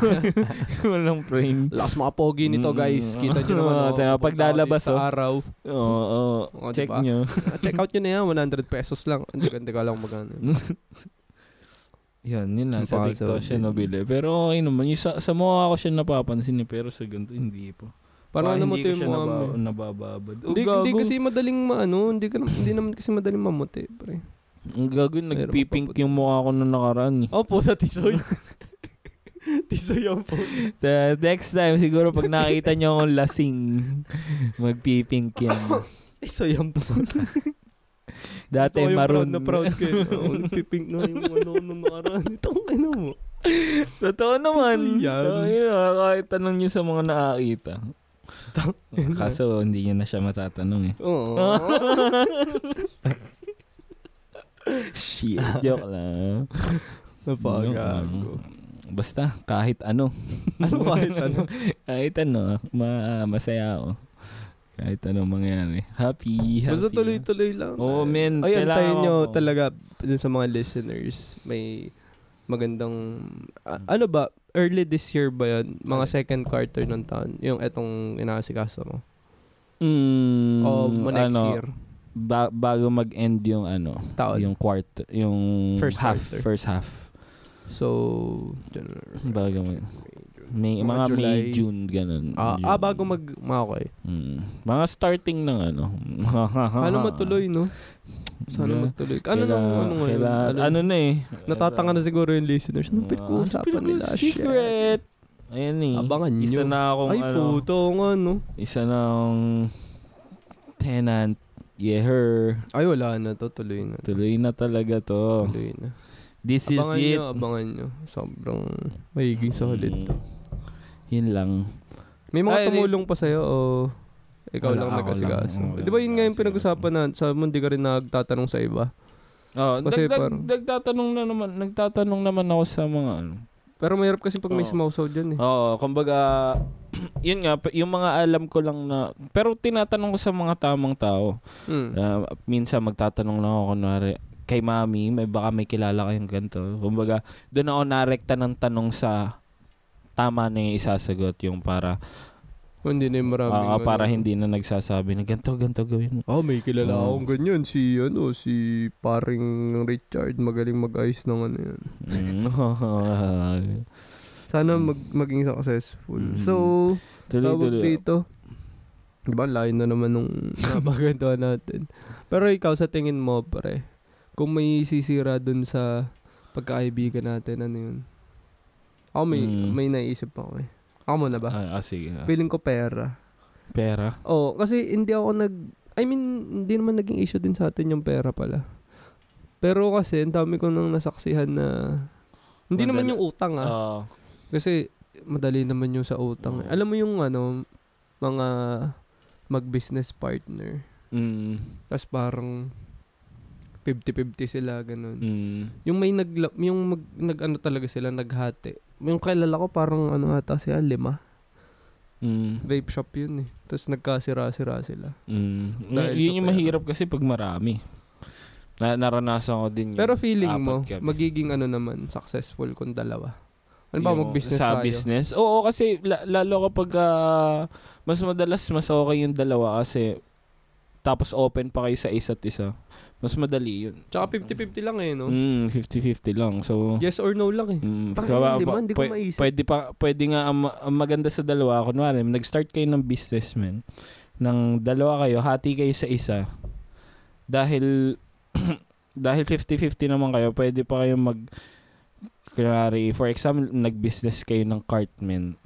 [SPEAKER 1] Walang frame.
[SPEAKER 2] Lakas mga pogi nito
[SPEAKER 1] Mm.
[SPEAKER 2] guys. Kita nyo naman.
[SPEAKER 1] Oo,
[SPEAKER 2] oh,
[SPEAKER 1] tayo,
[SPEAKER 2] pupunta ako
[SPEAKER 1] paglalabas,
[SPEAKER 2] dito sa
[SPEAKER 1] oh.
[SPEAKER 2] araw.
[SPEAKER 1] Oo, oo.
[SPEAKER 2] Oo,
[SPEAKER 1] check
[SPEAKER 2] diba?
[SPEAKER 1] nyo.
[SPEAKER 2] Ah, Check out nyo na yan. 100 pesos lang. Hindi ko, hindi ko alam magkano.
[SPEAKER 1] Yan, yun lang. Sa
[SPEAKER 2] Baka
[SPEAKER 1] TikTok
[SPEAKER 2] sa-
[SPEAKER 1] siya nabili. Pero okay naman. Yung sa, sa mukha ko siya napapansin eh. Pero sa ganito, hindi po.
[SPEAKER 2] Parang
[SPEAKER 1] Baka
[SPEAKER 2] ano mo
[SPEAKER 1] hindi ko
[SPEAKER 2] ito yung
[SPEAKER 1] siya
[SPEAKER 2] mga...
[SPEAKER 1] naba- nabababad. Oh,
[SPEAKER 2] Hindi, hindi
[SPEAKER 1] gago.
[SPEAKER 2] kasi madaling maano, hindi, ka, nam- hindi naman kasi madaling mamuti, pre.
[SPEAKER 1] Ang gago, nagpipink
[SPEAKER 2] mapapatay.
[SPEAKER 1] yung mukha ko nung nakaraan eh.
[SPEAKER 2] Oh, puta, tisoy. tisoy ang po.
[SPEAKER 1] The next time, siguro pag nakita nyo akong lasing, magpipink yan.
[SPEAKER 2] Tisoy ang po.
[SPEAKER 1] Dati maroon.
[SPEAKER 2] na proud ko yun. Oo, nagpipink na yung ano nung nakaraan. Ito ang ina mo.
[SPEAKER 1] Totoo naman.
[SPEAKER 2] Tisoy yan.
[SPEAKER 1] Oo, yun, ah, kahit tanong nyo sa mga nakakita. Oh, Kaso hindi nyo na siya matatanong eh.
[SPEAKER 2] Oo.
[SPEAKER 1] Shit, joke lang.
[SPEAKER 2] Napagago.
[SPEAKER 1] ano. Basta, kahit ano.
[SPEAKER 2] ah, Ano kahit ano?
[SPEAKER 1] kahit ano, ma- masaya ako. Kahit ano mangyari. Happy, happy.
[SPEAKER 2] Basta tuloy-tuloy lang.
[SPEAKER 1] Oo, men,
[SPEAKER 2] Ay,
[SPEAKER 1] kailangan
[SPEAKER 2] antayin nyo
[SPEAKER 1] ako.
[SPEAKER 2] talaga dun sa mga listeners. May magandang...
[SPEAKER 1] Mm.
[SPEAKER 2] ah, ano ba? Early this year ba yan? Mga second quarter ng taon. Yung etong inaasikaso mo.
[SPEAKER 1] Mm,
[SPEAKER 2] o mo Oh, next
[SPEAKER 1] ano,
[SPEAKER 2] year.
[SPEAKER 1] ba- bago mag-end yung ano,
[SPEAKER 2] Taon.
[SPEAKER 1] yung quarter, yung
[SPEAKER 2] First
[SPEAKER 1] half,
[SPEAKER 2] quarter.
[SPEAKER 1] first half.
[SPEAKER 2] So, January.
[SPEAKER 1] Bago mag May,
[SPEAKER 2] Mga
[SPEAKER 1] mga, May,
[SPEAKER 2] July.
[SPEAKER 1] June, ganun.
[SPEAKER 2] Ah,
[SPEAKER 1] June.
[SPEAKER 2] ah, bago mag... mga Okay.
[SPEAKER 1] Mm. Mga starting ng ano.
[SPEAKER 2] Ano matuloy, no? Sana
[SPEAKER 1] Yeah.
[SPEAKER 2] magtuloy. Ano
[SPEAKER 1] Kaila-
[SPEAKER 2] nung ano ngayon?
[SPEAKER 1] kaila- ano na eh.
[SPEAKER 2] Natatanga na siguro yung listeners. Anong pinag-uusapan nila? Shit.
[SPEAKER 1] Ah, Secret. Ayan eh.
[SPEAKER 2] Abangan nyo.
[SPEAKER 1] Isa na akong
[SPEAKER 2] Ay,
[SPEAKER 1] ano.
[SPEAKER 2] puto nga, no?
[SPEAKER 1] Isa na akong tenant. Yeah, her.
[SPEAKER 2] Ay, wala na to. Tuloy na.
[SPEAKER 1] Tuloy na talaga to.
[SPEAKER 2] Tuloy na.
[SPEAKER 1] This is
[SPEAKER 2] Abangan
[SPEAKER 1] it.
[SPEAKER 2] nyo, abangan nyo. Sobrang mahiging solid to.
[SPEAKER 1] Mm. Yun lang.
[SPEAKER 2] May mga
[SPEAKER 1] Ay,
[SPEAKER 2] tumulong pa sa'yo o ikaw
[SPEAKER 1] Wala,
[SPEAKER 2] lang
[SPEAKER 1] ako lang. Ako
[SPEAKER 2] nagkasigaso?
[SPEAKER 1] lang
[SPEAKER 2] Di ba yun nga yung
[SPEAKER 1] nagkasigaso.
[SPEAKER 2] pinag-usapan na sa mo, di ka rin nagtatanong sa iba.
[SPEAKER 1] Oh,
[SPEAKER 2] Kasi
[SPEAKER 1] nagdag-
[SPEAKER 2] parang-
[SPEAKER 1] nagtatanong na naman, nagtatanong naman ako sa mga ano.
[SPEAKER 2] Pero mahirap kasi pag may
[SPEAKER 1] Oo.
[SPEAKER 2] sumausaw dyan eh.
[SPEAKER 1] Oo, kumbaga, yun nga, pa- yung mga alam ko lang na, pero tinatanong ko sa mga tamang tao.
[SPEAKER 2] Mm.
[SPEAKER 1] Ah, minsan magtatanong lang ako, kunwari, kay mami, may baka may kilala kayong ganito. Kumbaga, doon ako narekta ng tanong sa tama na yung isasagot yung para
[SPEAKER 2] Kung Hindi na yung maraming.
[SPEAKER 1] ah,
[SPEAKER 2] ano.
[SPEAKER 1] para hindi na nagsasabi na ganito ganito gawin mo.
[SPEAKER 2] Oh, may kilala
[SPEAKER 1] Oo.
[SPEAKER 2] akong ganyan. Si, ano, si paring Richard. Magaling mag-ayos ng ano yan.
[SPEAKER 1] Mm.
[SPEAKER 2] Sana mag- maging successful.
[SPEAKER 1] Mm.
[SPEAKER 2] So,
[SPEAKER 1] tuloy
[SPEAKER 2] tawag
[SPEAKER 1] tuloy.
[SPEAKER 2] dito. Diba, ang layo na naman nung napagandahan natin. Pero ikaw, sa tingin mo, pre, kung may sisira dun sa pagkaibigan natin, ano yun? Ako may,
[SPEAKER 1] Mm.
[SPEAKER 2] may naisip ako eh. Ako muna ba?
[SPEAKER 1] Ah, ah, sige. ah.
[SPEAKER 2] Feeling ko pera.
[SPEAKER 1] Pera.
[SPEAKER 2] Oo, kasi hindi ako nag... I mean, hindi naman naging issue din sa atin yung pera pala. Pero kasi, ang dami ko nang nasaksihan na... Hindi naman
[SPEAKER 1] Madali-
[SPEAKER 2] yung utang ah.
[SPEAKER 1] Ah,
[SPEAKER 2] Kasi madali naman yung sa utang. eh. Alam mo yung ano, mga mag-business partner.
[SPEAKER 1] mm,
[SPEAKER 2] Tapos parang 50-50 sila, ganun.
[SPEAKER 1] mm.
[SPEAKER 2] Yung may nag, yung mag, nag ano talaga sila, naghati. Yung kilala ko parang ano ata sila, lima.
[SPEAKER 1] Mm.
[SPEAKER 2] Vape shop yun eh. Tapos nagkasira-sira sila.
[SPEAKER 1] Mm.
[SPEAKER 2] Dahil
[SPEAKER 1] yun
[SPEAKER 2] sa
[SPEAKER 1] yung
[SPEAKER 2] pera.
[SPEAKER 1] mahirap kasi pag marami. Na, naranasan ko din yun.
[SPEAKER 2] Pero feeling
[SPEAKER 1] Apat
[SPEAKER 2] mo,
[SPEAKER 1] kami.
[SPEAKER 2] magiging ano naman, successful kung dalawa. Ano ba,
[SPEAKER 1] Yung
[SPEAKER 2] mag-business
[SPEAKER 1] sa
[SPEAKER 2] tayo?
[SPEAKER 1] business? Oo, kasi la- lalo kapag ah, mas madalas mas okay yung dalawa kasi tapos open pa kayo sa isa't isa. Mas madali yun.
[SPEAKER 2] Tsaka 50-50 lang eh, no?
[SPEAKER 1] Mm, 50-50 lang. So,
[SPEAKER 2] Yes or no lang eh.
[SPEAKER 1] mm,
[SPEAKER 2] Bakit
[SPEAKER 1] kaba-
[SPEAKER 2] hindi man? Hindi ko
[SPEAKER 1] pwe-
[SPEAKER 2] maisip.
[SPEAKER 1] Pwede, pa, pwede nga ang, ma- ang maganda sa dalawa. Kunwari, nag-start kayo ng business, man. Nang dalawa kayo, hati kayo sa isa. Dahil, dahil 50-50 naman kayo, pwede pa kayo mag, kunwari, for example, nag-business kayo ng cart, man.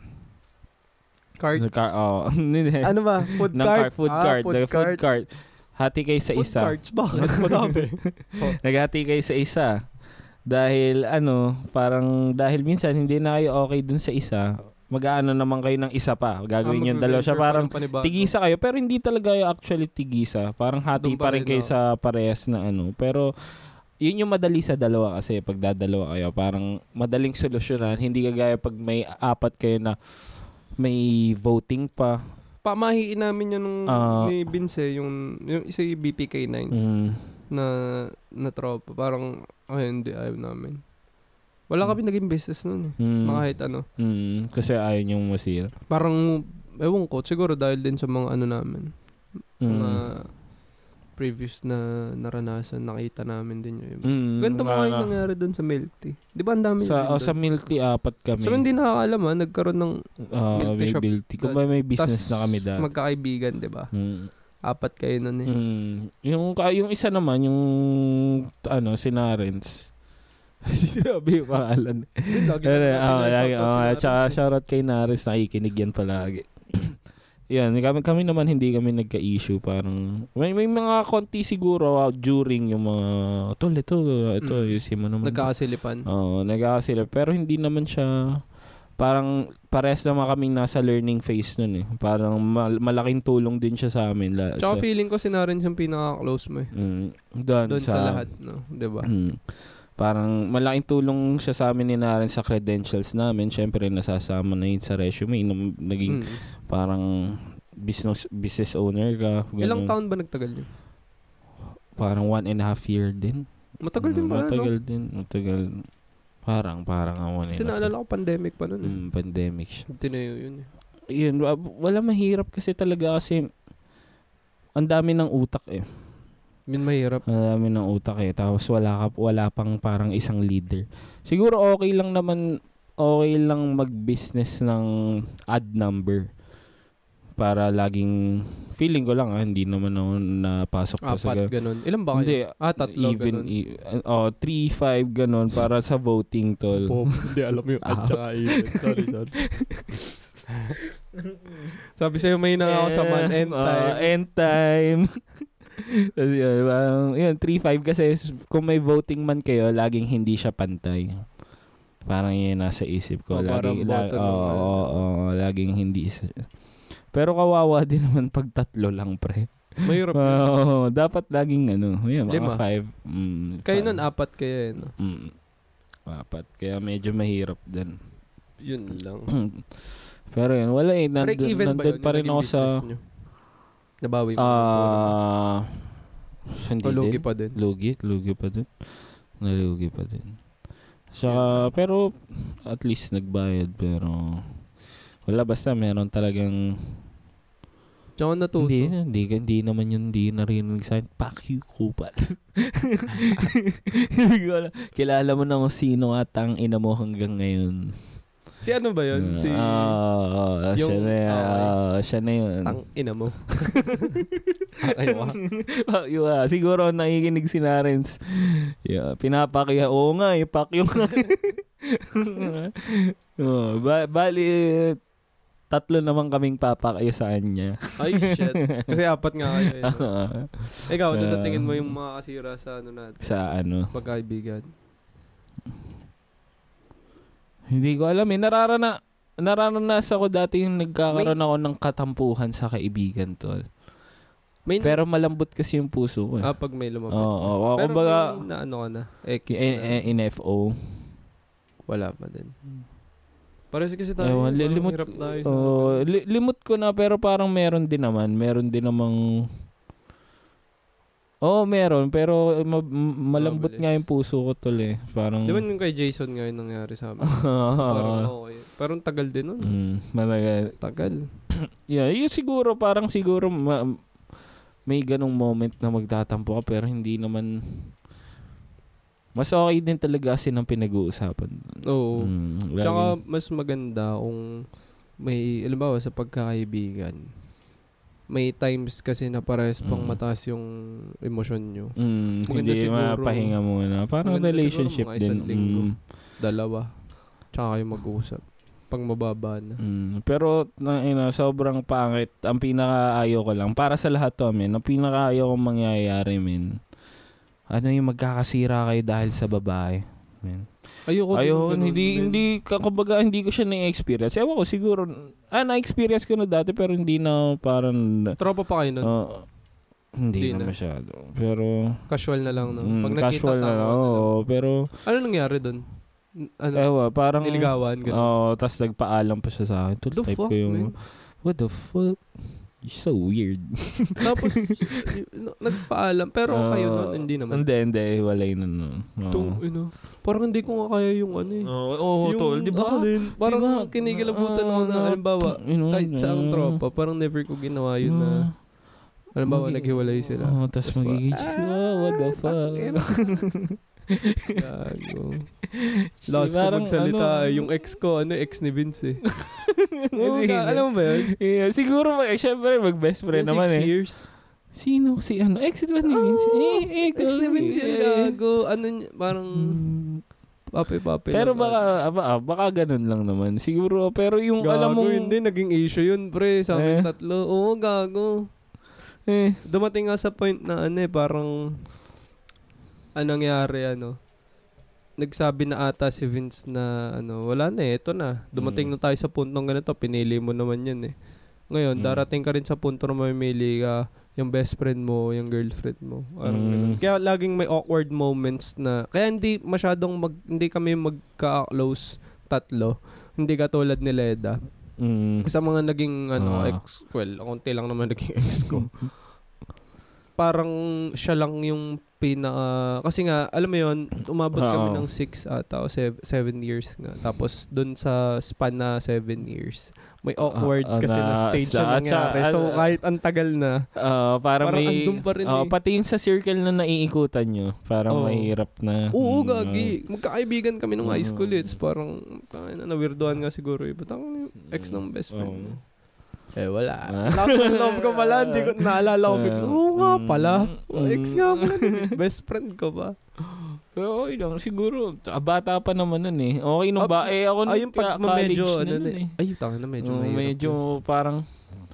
[SPEAKER 2] Cards.
[SPEAKER 1] Nagka- oh, hindi.
[SPEAKER 2] ano ba? Food
[SPEAKER 1] ng
[SPEAKER 2] cart?
[SPEAKER 1] cart, food
[SPEAKER 2] Ah,
[SPEAKER 1] cart.
[SPEAKER 2] food
[SPEAKER 1] the
[SPEAKER 2] cart.
[SPEAKER 1] food cart. Hati kayo sa
[SPEAKER 2] Food
[SPEAKER 1] isa.
[SPEAKER 2] carts, bakit? Madami.
[SPEAKER 1] Naghati kayo sa isa. Dahil ano, parang dahil minsan hindi na kayo okay dun sa isa, mag-aano naman kayo ng isa pa.
[SPEAKER 2] Ah,
[SPEAKER 1] Gagawin yung dalawa siya. Parang tigisa kayo, pero hindi talaga kayo actually tigisa. Parang hati
[SPEAKER 2] Doon
[SPEAKER 1] pa
[SPEAKER 2] pa
[SPEAKER 1] rin
[SPEAKER 2] rin,
[SPEAKER 1] kayo
[SPEAKER 2] oh.
[SPEAKER 1] sa parehas na ano. Pero yun yung madali sa dalawa kasi pag dadalawa kayo, parang madaling solusyonan. Hindi kagaya pag may apat kayo na may voting pa.
[SPEAKER 2] pamahiin namin yan nung
[SPEAKER 1] Ah.
[SPEAKER 2] ni Vince, eh, yung, yung isa yung BPK9
[SPEAKER 1] Mm.
[SPEAKER 2] na, na tropa. Parang, ay hindi, ayaw namin. Wala kami naging business nun eh.
[SPEAKER 1] Mm.
[SPEAKER 2] Na kahit ano.
[SPEAKER 1] Mm. Kasi ayaw niyong masira.
[SPEAKER 2] Parang, ewan ko, siguro dahil din sa mga ano namin.
[SPEAKER 1] Mm.
[SPEAKER 2] Mga previous na naranasan, nakita namin din yung iba.
[SPEAKER 1] Mm.
[SPEAKER 2] Ganda mo nga
[SPEAKER 1] Mga-
[SPEAKER 2] yung nangyari doon sa milk tea. Di ba ang dami
[SPEAKER 1] Sa,
[SPEAKER 2] din
[SPEAKER 1] oh, sa
[SPEAKER 2] doon?
[SPEAKER 1] milk tea, apat kami.
[SPEAKER 2] So, hindi nakakaalam ha, nagkaroon ng
[SPEAKER 1] Ah,
[SPEAKER 2] milk tea
[SPEAKER 1] may
[SPEAKER 2] shop.
[SPEAKER 1] milk tea. Kung may, may business
[SPEAKER 2] tas
[SPEAKER 1] na kami dati.
[SPEAKER 2] magkakaibigan, di ba?
[SPEAKER 1] Mm.
[SPEAKER 2] Apat kayo nun eh.
[SPEAKER 1] Mm. Yung, ka- yung isa naman, yung ano, si Narens. Sinabi yung pangalan.
[SPEAKER 2] Yun, lagi
[SPEAKER 1] Pero,
[SPEAKER 2] natin
[SPEAKER 1] oh,
[SPEAKER 2] na-shoutout
[SPEAKER 1] lagi, oh,
[SPEAKER 2] si Lawrence
[SPEAKER 1] at saka
[SPEAKER 2] eh.
[SPEAKER 1] shoutout kay Naris, nakikinig yan palagi. yan, kami, kami naman hindi kami nagka-issue. Parang, may, may mga konti siguro ah, during yung mga, tol, ito, ito,
[SPEAKER 2] Mm.
[SPEAKER 1] ayusin mo naman.
[SPEAKER 2] Nagkakasilipan.
[SPEAKER 1] Oo, nagkakasila. Pero hindi naman siya, parang pares naman kaming nasa learning phase nun eh. Parang mal- malaking tulong din siya sa amin. La, sa-
[SPEAKER 2] Tsaka feeling ko si Narens yung pinaka-close mo eh.
[SPEAKER 1] Mm, doon,
[SPEAKER 2] Doon sa,
[SPEAKER 1] sa
[SPEAKER 2] lahat, diba? no? Di ba?
[SPEAKER 1] Mm. Parang malaking tulong siya sa amin ni Naren sa credentials namin. Siyempre, nasasama na yun sa resume. Nung naging
[SPEAKER 2] Mm.
[SPEAKER 1] parang business business owner ka. ganun.
[SPEAKER 2] Ilang taon ba nagtagal yun?
[SPEAKER 1] Parang one and a half year din.
[SPEAKER 2] Matagal din
[SPEAKER 1] Mm,
[SPEAKER 2] ba?
[SPEAKER 1] Matagal
[SPEAKER 2] Matagal. No?
[SPEAKER 1] din. Matagal. Parang, parang ang one and
[SPEAKER 2] Kasi
[SPEAKER 1] a half
[SPEAKER 2] naalala ko pandemic pa
[SPEAKER 1] year.
[SPEAKER 2] nun eh.
[SPEAKER 1] Mm, pandemic siya.
[SPEAKER 2] Tinayo yun eh.
[SPEAKER 1] Yun, wa- wala mahirap kasi talaga kasi ang dami ng utak eh.
[SPEAKER 2] Yun mahirap.
[SPEAKER 1] Ang dami ng utak eh. Tapos wala, ka, wala pang parang isang leader. Siguro okay lang naman, okay lang mag-business ng ad number. Para laging, feeling ko lang ah, hindi naman ako napasok pa sa ganun.
[SPEAKER 2] Apat, ganun. Ilan ba kayo?
[SPEAKER 1] Oh, Hindi,
[SPEAKER 2] Ah, tatlo,
[SPEAKER 1] even,
[SPEAKER 2] ganun.
[SPEAKER 1] i- oh, 3-5 ganun para sa voting tol.
[SPEAKER 3] Pop, hindi alam yung at
[SPEAKER 1] Ah.
[SPEAKER 3] saka even. Sorry, sorry.
[SPEAKER 2] Sabi sa'yo, may nakakasama.
[SPEAKER 1] Eh,
[SPEAKER 2] End
[SPEAKER 1] oo,
[SPEAKER 2] time.
[SPEAKER 1] end time. Tapos yun, parang, yun, 3-5 kasi s- kung may voting man kayo, laging hindi siya pantay. Parang yun yung nasa isip ko.
[SPEAKER 2] Oh, parang
[SPEAKER 1] laging,
[SPEAKER 2] button
[SPEAKER 1] oo,
[SPEAKER 2] naman.
[SPEAKER 1] oo, oo, oh, laging hindi. is- Pero kawawa din naman pag tatlo lang, pre. ah,
[SPEAKER 2] Mahirap. yun.
[SPEAKER 1] Oo, dapat laging ano, yun, mga
[SPEAKER 2] Lima.
[SPEAKER 1] five. Mm,
[SPEAKER 2] Kayo
[SPEAKER 1] five.
[SPEAKER 2] nun, apat kayo eh. No?
[SPEAKER 1] Mm, apat. Kaya medyo mahirap din.
[SPEAKER 2] Yun lang.
[SPEAKER 1] Pero yun, wala eh. Nandun,
[SPEAKER 2] Break even ba yun?
[SPEAKER 1] nandun pa
[SPEAKER 2] yung
[SPEAKER 1] rin
[SPEAKER 2] naging
[SPEAKER 1] ako sa...
[SPEAKER 2] business nyo? Nabawi mo.
[SPEAKER 1] Ah,
[SPEAKER 2] O
[SPEAKER 1] hindi
[SPEAKER 2] oh, lugi
[SPEAKER 1] lugi pa.
[SPEAKER 2] pa din.
[SPEAKER 1] Lugi, lugi pa din. Nalugi pa din. Sa pero at least nagbayad pero wala basta meron talagang
[SPEAKER 2] Tsaka natuto.
[SPEAKER 1] hindi, hindi hindi naman yun hindi narinig sa akin. Fuck you, kupal. Hindi ko alam. Kilala mo na kung sino at ang ina mo hanggang ngayon.
[SPEAKER 2] Si ano ba yun? Si...
[SPEAKER 1] Hmm. Ah, ah, siya
[SPEAKER 2] yung-
[SPEAKER 1] na,
[SPEAKER 2] ah, okay.
[SPEAKER 1] ah, siya na yun.
[SPEAKER 2] Tang ina mo.
[SPEAKER 1] Oh, yun, ah. siguro nakikinig si Narens. Yeah, pinapakiya. Oo nga, ipak yung... oh, ba- bali, tatlo naman kaming papakiya sa kanya.
[SPEAKER 2] Ay, shit. Kasi apat nga kayo. Eh. no? Ikaw, ano sa
[SPEAKER 1] Ah.
[SPEAKER 2] tingin mo yung mga kasira sa ano natin?
[SPEAKER 1] sa ano.
[SPEAKER 2] Pagkaibigan.
[SPEAKER 1] Hindi ko alam eh. Nararana, nararanasan ko dati yung nagkakaroon ako ng katampuhan sa kaibigan, tol.
[SPEAKER 2] May
[SPEAKER 1] Pero malambot kasi yung puso ko. eh.
[SPEAKER 2] ah, pag may
[SPEAKER 1] Oo,
[SPEAKER 2] lumapit.
[SPEAKER 1] oo. oo.
[SPEAKER 2] Pero
[SPEAKER 1] Kumbaga, eh,
[SPEAKER 2] may na ano ka na. X
[SPEAKER 1] in,
[SPEAKER 2] na.
[SPEAKER 1] in, in FO.
[SPEAKER 2] Wala pa din. Pares kasi tayo.
[SPEAKER 1] Hmm. Ewan, li-
[SPEAKER 2] parang
[SPEAKER 1] limot,
[SPEAKER 2] hirap tayo sa- ano.
[SPEAKER 1] oo, li- limot ko na pero parang meron din naman. Meron din namang... Oo, oh, meron. Pero ma- m- malambot
[SPEAKER 2] Mabilis.
[SPEAKER 1] nga yung puso ko tol eh. Parang...
[SPEAKER 2] Di ba yung kay Jason ngayon nangyari sa amin? parang okay. eh. Parang tagal din nun.
[SPEAKER 1] Ah. Mm, malaga-
[SPEAKER 2] Tagal.
[SPEAKER 1] Yeah, yun siguro parang siguro ma- may ganong moment na magtatampo ka pero hindi naman... Mas okay din talaga kasi ng pinag-uusapan.
[SPEAKER 2] Oo.
[SPEAKER 1] Mm,
[SPEAKER 2] Tsaka
[SPEAKER 1] laging-
[SPEAKER 2] mas maganda kung may, alam ba, sa pagkakaibigan, may times kasi na parehas pang
[SPEAKER 1] Mm.
[SPEAKER 2] mataas yung emosyon nyo.
[SPEAKER 1] mm,
[SPEAKER 2] maganda
[SPEAKER 1] hindi
[SPEAKER 2] siguro-
[SPEAKER 1] mapahinga muna. Parang
[SPEAKER 2] maganda siguro
[SPEAKER 1] relationship
[SPEAKER 2] mga
[SPEAKER 1] din.
[SPEAKER 2] isang linggo.
[SPEAKER 1] Mm.
[SPEAKER 2] Dalawa. Tsaka kayo mag-uusap. Pang mababa na.
[SPEAKER 1] Mm, pero na, ina, sobrang pangit. Ang pinakaayaw ko lang para sa lahat to, men. Ang pinakaayaw kong mangyayari, men. Ano yung magkakasira kayo dahil sa babae? Men.
[SPEAKER 2] Ayoko din
[SPEAKER 1] Ayoko,
[SPEAKER 2] ganun,
[SPEAKER 1] hindi,
[SPEAKER 2] men.
[SPEAKER 1] hindi, ka- kumbaga, hindi ko siya na-experience. Ewan ko, siguro, ah, na-experience ko na dati, pero hindi na parang,
[SPEAKER 2] Tropa pa kayo nun.
[SPEAKER 1] ah, hindi na,
[SPEAKER 2] Hindi na.
[SPEAKER 1] masyado. Pero,
[SPEAKER 2] Casual na lang, no?
[SPEAKER 1] mm,
[SPEAKER 2] Pag nakita, ano?
[SPEAKER 1] casual na,
[SPEAKER 2] tama
[SPEAKER 1] lang.
[SPEAKER 2] lang.
[SPEAKER 1] oo, Eh, pero,
[SPEAKER 2] Ano nangyari dun? N- Ano?
[SPEAKER 1] ewan, parang,
[SPEAKER 2] niligawan? Ganun.
[SPEAKER 1] Oo, oh, tapos nagpaalam pa siya sa akin. Tol, Ah,
[SPEAKER 2] The
[SPEAKER 1] type
[SPEAKER 2] fuck,
[SPEAKER 1] ko yung,
[SPEAKER 2] man?
[SPEAKER 1] what the fuck? So weird.
[SPEAKER 2] Tapos, y- n- nagpaalam. Pero
[SPEAKER 1] Oo.
[SPEAKER 2] kayo nun, hindi naman.
[SPEAKER 1] Hindi, hindi. Walay na nun. Oo.
[SPEAKER 2] Tung, ano, parang hindi ko nga kaya yung ano eh.
[SPEAKER 1] Oo, oo,
[SPEAKER 2] Yung
[SPEAKER 1] tol. Di
[SPEAKER 2] ako
[SPEAKER 1] ba? Ah,
[SPEAKER 2] din, Parang
[SPEAKER 1] Diba?
[SPEAKER 2] kinikilabutan ako na,
[SPEAKER 1] Oo,
[SPEAKER 2] halimbawa,
[SPEAKER 1] you know,
[SPEAKER 2] kahit sa ang
[SPEAKER 1] ganun.
[SPEAKER 2] tropa, parang never ko ginawa yun na, halimbawa,
[SPEAKER 1] Magi-
[SPEAKER 2] naghiwalay sila.
[SPEAKER 1] Oo, Ah, tas
[SPEAKER 2] Tas
[SPEAKER 1] magiging
[SPEAKER 2] ba-
[SPEAKER 1] chicks. Oh, what the fuck?
[SPEAKER 2] Gago. Last ko
[SPEAKER 1] Parang
[SPEAKER 2] magsalita,
[SPEAKER 1] ano,
[SPEAKER 2] yung ex ko, ano, ex ni Vince eh. Oo,
[SPEAKER 1] Hindi, hindi.
[SPEAKER 2] ka- alam mo ba yun?
[SPEAKER 1] Yeah, siguro, mag, eh, syempre, mag-best friend
[SPEAKER 2] Yung
[SPEAKER 1] naman
[SPEAKER 2] six
[SPEAKER 1] eh.
[SPEAKER 2] years.
[SPEAKER 1] Sino? Si ano? Exit ba ni
[SPEAKER 2] Oo,
[SPEAKER 1] Vince? eh, eh,
[SPEAKER 2] Ex ni Vince yun,
[SPEAKER 1] eh,
[SPEAKER 2] gago. Ano, niya, parang,
[SPEAKER 1] Mm.
[SPEAKER 2] pape-pape.
[SPEAKER 1] Pero
[SPEAKER 2] lang.
[SPEAKER 1] baka, aba, ah, baka ganun lang naman. Siguro, pero yung alam
[SPEAKER 2] Gago,
[SPEAKER 1] mo,
[SPEAKER 2] hindi. Naging issue yun, pre. Sa amin
[SPEAKER 1] Eh.
[SPEAKER 2] tatlo. Oo, gago.
[SPEAKER 1] eh,
[SPEAKER 2] Dumating nga sa point na ano eh, parang... Anong nangyari, ano? Nagsabi na ata si Vince na ano, wala na eh, ito na. Dumating
[SPEAKER 1] Mm.
[SPEAKER 2] na tayo sa puntong ganito, pinili mo naman yun eh.
[SPEAKER 1] Mm.
[SPEAKER 2] Ngayon, darating ka rin sa punto na mamimili ka yung best friend mo, yung girlfriend mo. Parang
[SPEAKER 1] Mm.
[SPEAKER 2] ganun. Kaya laging may awkward moments na, kaya hindi masyadong, mag, hindi kami magka-close tatlo. Hindi katulad ni Leda.
[SPEAKER 1] mm,
[SPEAKER 2] Sa mga naging ano,
[SPEAKER 1] Ah.
[SPEAKER 2] ex, well, konti lang naman naging ex ko. parang siya lang yung pinaka, kasi nga, alam mo yon umabot kami
[SPEAKER 1] Oo.
[SPEAKER 2] ng 6 ata o 7 years nga. Tapos dun sa span na 7 years, may awkward
[SPEAKER 1] Ah, ah,
[SPEAKER 2] kasi na
[SPEAKER 1] na-
[SPEAKER 2] stage
[SPEAKER 1] sa-
[SPEAKER 2] na nangyari.
[SPEAKER 1] sa-
[SPEAKER 2] So
[SPEAKER 1] ah,
[SPEAKER 2] kahit ang tagal na,
[SPEAKER 1] ah, parang,
[SPEAKER 2] Parang
[SPEAKER 1] may,
[SPEAKER 2] andun pa rin
[SPEAKER 1] ah,
[SPEAKER 2] eh.
[SPEAKER 1] pati yung sa circle na naiikutan nyo, parang
[SPEAKER 2] Oo.
[SPEAKER 1] mahirap na.
[SPEAKER 2] oo
[SPEAKER 1] mm,
[SPEAKER 2] gagi, magkakaibigan kami nung high school
[SPEAKER 1] Mm.
[SPEAKER 2] it's parang, tangin na, nawirdohan nga siguro eh. Ba't ang ex ng best friend
[SPEAKER 1] Mm. Oo.
[SPEAKER 2] mo? Eh, wala.
[SPEAKER 1] Ah.
[SPEAKER 2] Lakas ng love ko pala. Hindi ko naalala ko.
[SPEAKER 1] Ah.
[SPEAKER 2] Oo nga pala.
[SPEAKER 1] Mm.
[SPEAKER 2] Ex nga pala. Best friend ko ba?
[SPEAKER 1] Oo, okay lang. Siguro, ah, bata pa naman nun eh. Okay nung ba?
[SPEAKER 2] Ah,
[SPEAKER 1] Eh, ako nung
[SPEAKER 2] Ay, yung pag
[SPEAKER 1] ka- college
[SPEAKER 2] medyo,
[SPEAKER 1] na
[SPEAKER 2] ano,
[SPEAKER 1] nun
[SPEAKER 2] na-
[SPEAKER 1] eh.
[SPEAKER 2] Ay, tanga na, medyo
[SPEAKER 1] Oo,
[SPEAKER 2] mahirap.
[SPEAKER 1] medyo parang,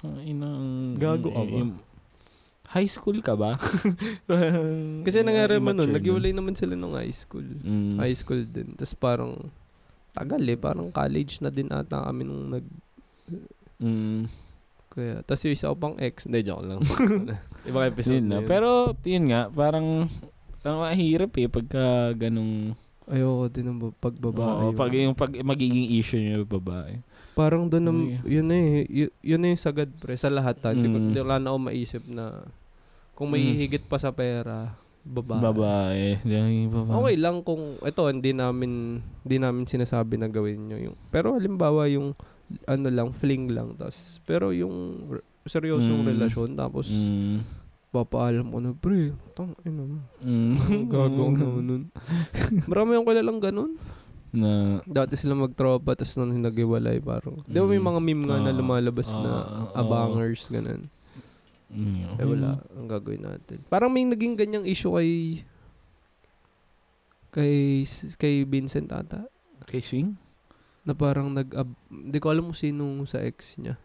[SPEAKER 1] ah, inang, eh,
[SPEAKER 2] Gago ka ba?
[SPEAKER 1] high school ka ba?
[SPEAKER 2] Kasi nangyari mo nun, naghiwalay naman sila nung high school.
[SPEAKER 1] Mm.
[SPEAKER 2] High school din. Tapos parang, tagal eh. Parang college na din ata kami nung nag...
[SPEAKER 1] Mm.
[SPEAKER 2] Kaya, tapos yung isa ko pang ex. Hindi, joke lang. Ibang episode
[SPEAKER 1] Yun na. Pero, yun nga, parang, ang mahirap eh, pagka ganong,
[SPEAKER 2] Ayoko din ng ba- pagbabae.
[SPEAKER 1] Oo, pag, yung pag, magiging issue niya yung babae.
[SPEAKER 2] Parang doon, ang,
[SPEAKER 1] Uy.
[SPEAKER 2] yun na eh, y- yun na yung sagad pre, sa lahat ha. Hindi ko,
[SPEAKER 1] Mm.
[SPEAKER 2] di wala na ako maisip na kung may
[SPEAKER 1] Mm.
[SPEAKER 2] higit pa sa pera, babae.
[SPEAKER 1] Babae. Yung babae.
[SPEAKER 2] Okay lang kung, ito, hindi namin, hindi namin sinasabi na gawin nyo yung, pero halimbawa yung, ano lang, fling lang, tas, pero yung, r- seryosong
[SPEAKER 1] Mm.
[SPEAKER 2] relasyon, tapos,
[SPEAKER 1] Mm.
[SPEAKER 2] papaalam ko na, pre, tang, ina mo,
[SPEAKER 1] Mm.
[SPEAKER 2] gagawin naman nun. Marami akong kilalang ganun.
[SPEAKER 1] na,
[SPEAKER 2] Dati sila magtropa, tapos nung naghiwalay, parang. Di ba may
[SPEAKER 1] Mm.
[SPEAKER 2] mga meme nga na
[SPEAKER 1] Ah,
[SPEAKER 2] lumalabas na
[SPEAKER 1] ah,
[SPEAKER 2] abangers, ganun.
[SPEAKER 1] mm,
[SPEAKER 2] Eh wala, ang gagawin natin. Parang may naging ganyang issue kay kay kay Vincent ata
[SPEAKER 1] Kay Swing?
[SPEAKER 2] na parang nag ab- hindi ko alam kung sino sa ex niya.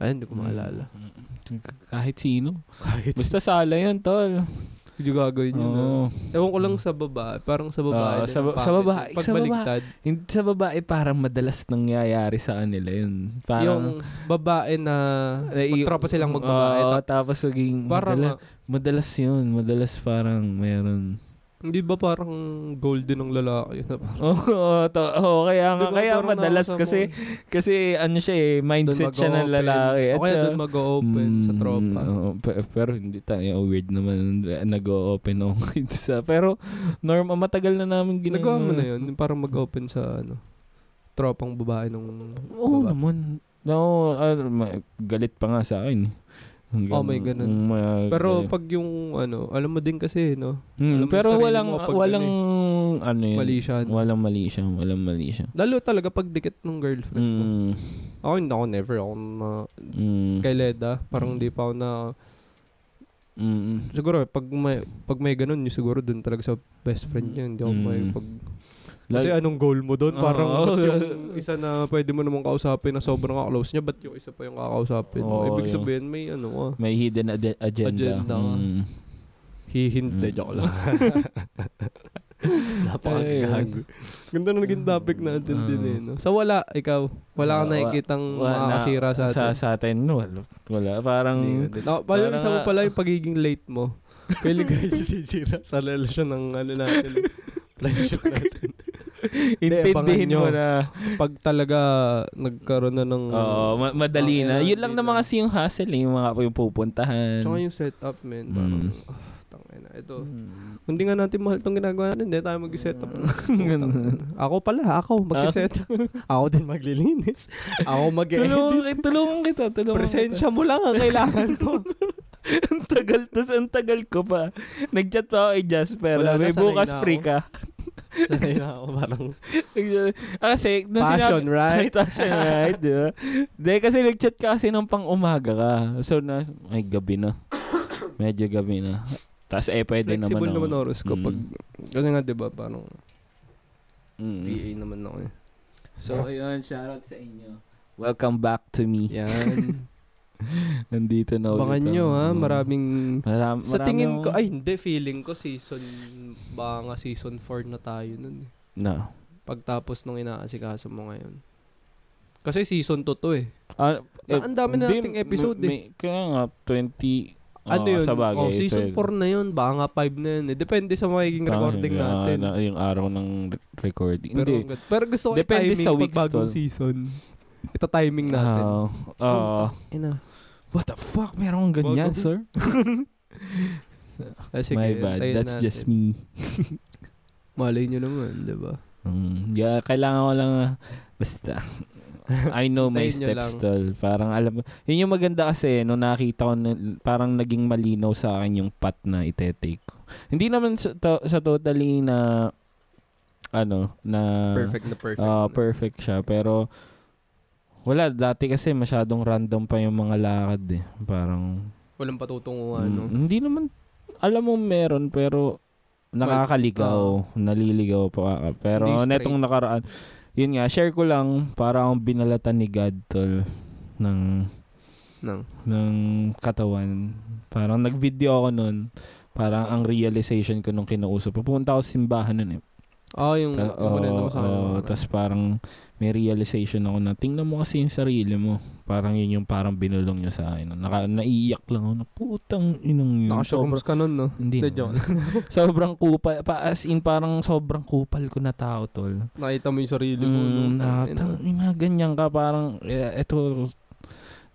[SPEAKER 2] Ayun, hindi ko maalala.
[SPEAKER 1] Mm. Kahit sino.
[SPEAKER 2] Kahit
[SPEAKER 1] Basta sala yun, tol.
[SPEAKER 2] hindi ko gagawin yun.
[SPEAKER 1] Oo.
[SPEAKER 2] ah. Ewan ko lang sa babae, parang sa
[SPEAKER 1] Oh. Ah,
[SPEAKER 2] babae. na
[SPEAKER 1] sa ba-
[SPEAKER 2] yung
[SPEAKER 1] sa babae,
[SPEAKER 2] pangit, yung
[SPEAKER 1] sa babae.
[SPEAKER 2] Pagbaligtad.
[SPEAKER 1] Hindi sa babae parang madalas nangyayari sa kanila yun.
[SPEAKER 2] Yung
[SPEAKER 1] Parang
[SPEAKER 2] babae na
[SPEAKER 1] Eh, yung-
[SPEAKER 2] magtropa silang magbabae.
[SPEAKER 1] Oo,
[SPEAKER 2] tap-
[SPEAKER 1] tapos naging
[SPEAKER 2] parang
[SPEAKER 1] madala- madalas yun. Madalas parang meron.
[SPEAKER 2] Hindi ba parang golden ng lalaki? Na parang,
[SPEAKER 1] Oo, oh, kaya nga.
[SPEAKER 2] Di ba
[SPEAKER 1] kaya
[SPEAKER 2] parang
[SPEAKER 1] madalas
[SPEAKER 2] nakasama
[SPEAKER 1] kasi,
[SPEAKER 2] ko?
[SPEAKER 1] kasi ano siya eh, mindset siya ng
[SPEAKER 2] mag-o-open.
[SPEAKER 1] lalaki. At
[SPEAKER 2] O kaya
[SPEAKER 1] siya-
[SPEAKER 2] doon mag-open sa
[SPEAKER 1] Mm,
[SPEAKER 2] tropa.
[SPEAKER 1] oo, pe- pero hindi tayo eh, weird naman nag-open ako dito sa pero normal matagal na namin ginagawa.
[SPEAKER 2] Ginagawa mo na yun, yung parang mag-open sa ano, tropang babae nung diba?
[SPEAKER 1] Oo
[SPEAKER 2] baba.
[SPEAKER 1] naman. No, ah, ma- galit pa nga sa akin. Ang
[SPEAKER 2] Oh, may
[SPEAKER 1] ganun.
[SPEAKER 2] ganun.
[SPEAKER 1] Ma-
[SPEAKER 2] Pero
[SPEAKER 1] galit.
[SPEAKER 2] pag yung ano, alam mo din kasi, no?
[SPEAKER 1] Mm,
[SPEAKER 2] alam mo
[SPEAKER 1] pero
[SPEAKER 2] sa sarili
[SPEAKER 1] walang
[SPEAKER 2] mo kapag
[SPEAKER 1] walang ano yun.
[SPEAKER 2] Mali siya. no?
[SPEAKER 1] Walang mali siya, walang mali siya.
[SPEAKER 2] Lalo talaga pag dikit ng girlfriend mo.
[SPEAKER 1] Mm,
[SPEAKER 2] Ako hindi ako never ako na,
[SPEAKER 1] mm,
[SPEAKER 2] kay Leda, parang hindi pa ako na,
[SPEAKER 1] mm, mm.
[SPEAKER 2] siguro pag may, pag may ganun, yung siguro dun talaga sa best friend niya, hindi ako
[SPEAKER 1] Mm.
[SPEAKER 2] may pag, kasi ano-
[SPEAKER 1] Lag-
[SPEAKER 2] anong goal mo doon?
[SPEAKER 1] Oo.
[SPEAKER 2] Parang ba't yung isa na pwede mo namang kausapin na sobrang ka-close niya, ba't yung isa pa yung kakausapin mo?
[SPEAKER 1] Oo,
[SPEAKER 2] Ibig
[SPEAKER 1] yun.
[SPEAKER 2] sabihin may ano ka.
[SPEAKER 1] may hidden ade- agenda.
[SPEAKER 2] Agenda.
[SPEAKER 1] Mm.
[SPEAKER 2] Hihintay,
[SPEAKER 1] Mm.
[SPEAKER 2] joke lang. Napakagago. Ganda na naging topic natin din eh. No? Sa wala, ikaw, wala kang
[SPEAKER 1] Wa-
[SPEAKER 2] nakikitang
[SPEAKER 1] Mm. Wala na-
[SPEAKER 2] makakasira sa
[SPEAKER 1] Sa,
[SPEAKER 2] atin.
[SPEAKER 1] sa atin, wala. wala. Parang,
[SPEAKER 2] Hindi, hindi. No, pala yung
[SPEAKER 1] parang
[SPEAKER 2] isa mo
[SPEAKER 1] nga-
[SPEAKER 2] pala yung pagiging late mo. Pwede ko yung sisira sa relasyon ng ano natin. Friendship natin.
[SPEAKER 1] Intindihin
[SPEAKER 2] abangan
[SPEAKER 1] mo
[SPEAKER 2] nyo.
[SPEAKER 1] na.
[SPEAKER 2] Pag talaga nagkaroon na ng...
[SPEAKER 1] Oo, ma- madali na.
[SPEAKER 2] Tangina,
[SPEAKER 1] Yun lang naman
[SPEAKER 2] tangina.
[SPEAKER 1] kasi yung hassle, eh, yung mga yung pupuntahan.
[SPEAKER 2] Tsaka yung setup, man.
[SPEAKER 1] Mm.
[SPEAKER 2] Parang, ah, tangina. Ito.
[SPEAKER 1] Hmm.
[SPEAKER 2] Hindi nga natin mahal tong ginagawa natin. Hindi tayo mag-setup. Mm. ako pala. Ako mag-setup. ako din maglilinis. Ako mag-edit.
[SPEAKER 1] Tulungan, tulungan kita, tulungan
[SPEAKER 2] Presensya mo lang ang kailangan ko.
[SPEAKER 1] kita. ang tagal, tas ang tagal ko pa. Nag-chat pa ako kay Jasper. ah,
[SPEAKER 2] Wala na,
[SPEAKER 1] May
[SPEAKER 2] sanay
[SPEAKER 1] bukas
[SPEAKER 2] na ako.
[SPEAKER 1] free ka.
[SPEAKER 2] Sanay na ako parang
[SPEAKER 1] ah, kasi, nung
[SPEAKER 2] passion,
[SPEAKER 1] sinabi,
[SPEAKER 2] right?
[SPEAKER 1] Passion, right? di ba? Dahil kasi nag-chat ka kasi nung pang umaga ka. So, na, ay, gabi na. Medyo gabi na. Tapos, eh, pwede
[SPEAKER 2] Flexible naman
[SPEAKER 1] naman ako.
[SPEAKER 2] oras ko.
[SPEAKER 1] Mm.
[SPEAKER 2] Pag, kasi nga, di ba, parang
[SPEAKER 1] Mm.
[SPEAKER 2] VA naman ako eh.
[SPEAKER 1] So, ayun, shoutout sa inyo. Welcome back to me.
[SPEAKER 2] Yan.
[SPEAKER 1] Nandito na ulit.
[SPEAKER 2] Abangan
[SPEAKER 1] ako.
[SPEAKER 2] nyo ha,
[SPEAKER 1] Mm.
[SPEAKER 2] maraming...
[SPEAKER 1] Maram,
[SPEAKER 2] Sa
[SPEAKER 1] marami
[SPEAKER 2] tingin ko,
[SPEAKER 1] akong-
[SPEAKER 2] ay hindi, feeling ko season, baka nga season 4 na tayo nun. eh.
[SPEAKER 1] No.
[SPEAKER 2] Pagtapos nung inaasikaso mo ngayon. Kasi season 2 to eh.
[SPEAKER 1] Ah, eh,
[SPEAKER 2] ang dami na
[SPEAKER 1] hindi,
[SPEAKER 2] nating episode eh.
[SPEAKER 1] may- may- Kaya nga, 20...
[SPEAKER 2] Ano
[SPEAKER 1] oo,
[SPEAKER 2] yun?
[SPEAKER 1] Sa bagay,
[SPEAKER 2] oh, season
[SPEAKER 1] 12.
[SPEAKER 2] 4 na yun, baka nga 5 na yun. Eh. Depende sa magiging
[SPEAKER 1] Tama,
[SPEAKER 2] recording
[SPEAKER 1] yun, ah,
[SPEAKER 2] natin.
[SPEAKER 1] na- yung araw ng re- recording.
[SPEAKER 2] pero,
[SPEAKER 1] hindi.
[SPEAKER 2] hanggat- pero gusto ko
[SPEAKER 1] Depende
[SPEAKER 2] timing
[SPEAKER 1] sa
[SPEAKER 2] pag
[SPEAKER 1] weeks,
[SPEAKER 2] bagong
[SPEAKER 1] tol.
[SPEAKER 2] season. Ito timing natin.
[SPEAKER 1] Ah, ah,
[SPEAKER 2] Ina.
[SPEAKER 1] what the fuck? Meron akong ganyan,
[SPEAKER 2] Bago-
[SPEAKER 1] sir?
[SPEAKER 2] Ah, sige,
[SPEAKER 1] My bad.
[SPEAKER 2] antayin
[SPEAKER 1] That's
[SPEAKER 2] natin.
[SPEAKER 1] just me.
[SPEAKER 2] Malay nyo naman, di ba?
[SPEAKER 1] Mm, yeah, kailangan ko lang, ah, basta. I know my
[SPEAKER 2] Tayin nyo
[SPEAKER 1] steps,
[SPEAKER 2] lang.
[SPEAKER 1] tol. Parang alam mo. Yun yung maganda kasi, no nakita ko, na- parang naging malinaw sa akin yung path na itetake ko. Hindi naman sa, to- sa totally na, ano, na...
[SPEAKER 2] Perfect na perfect.
[SPEAKER 1] Ah,
[SPEAKER 2] na.
[SPEAKER 1] perfect siya. Pero, wala. Dati kasi masyadong random pa yung mga lakad eh. Parang,
[SPEAKER 2] Walang patutunguhan,
[SPEAKER 1] mm,
[SPEAKER 2] no?
[SPEAKER 1] hindi naman, alam mo meron pero nakakaligaw, naliligaw pa. ka. Pero
[SPEAKER 2] ah. Hindi straight.
[SPEAKER 1] netong nakaraan, yun nga, share ko lang para akong binalatan ni God tol ng
[SPEAKER 2] Nang.
[SPEAKER 1] ng katawan. Parang nag-video ako nun. Parang ang realization ko nung kinausap. Pupunta ako sa simbahan nun eh.
[SPEAKER 2] Ah, yung
[SPEAKER 1] Ta-
[SPEAKER 2] yung wala naman sa akin.
[SPEAKER 1] oo, tas parang may realization ako na tingnan mo kasi yung sarili mo. Parang yun yung parang binulong niya sa akin. Naka, naiiyak lang ako na putang inong yun. Sobra-
[SPEAKER 2] Naka-shrooms ka nun, no?
[SPEAKER 1] hindi
[SPEAKER 2] Hindi,
[SPEAKER 1] naman. sobrang kupal. Pa, as in parang sobrang kupal ko na tao tol.
[SPEAKER 2] Nakita mo yung sarili mo. no?
[SPEAKER 1] Mm, na,
[SPEAKER 2] Tangina.
[SPEAKER 1] tang, yung nga ganyan ka parang eh, eto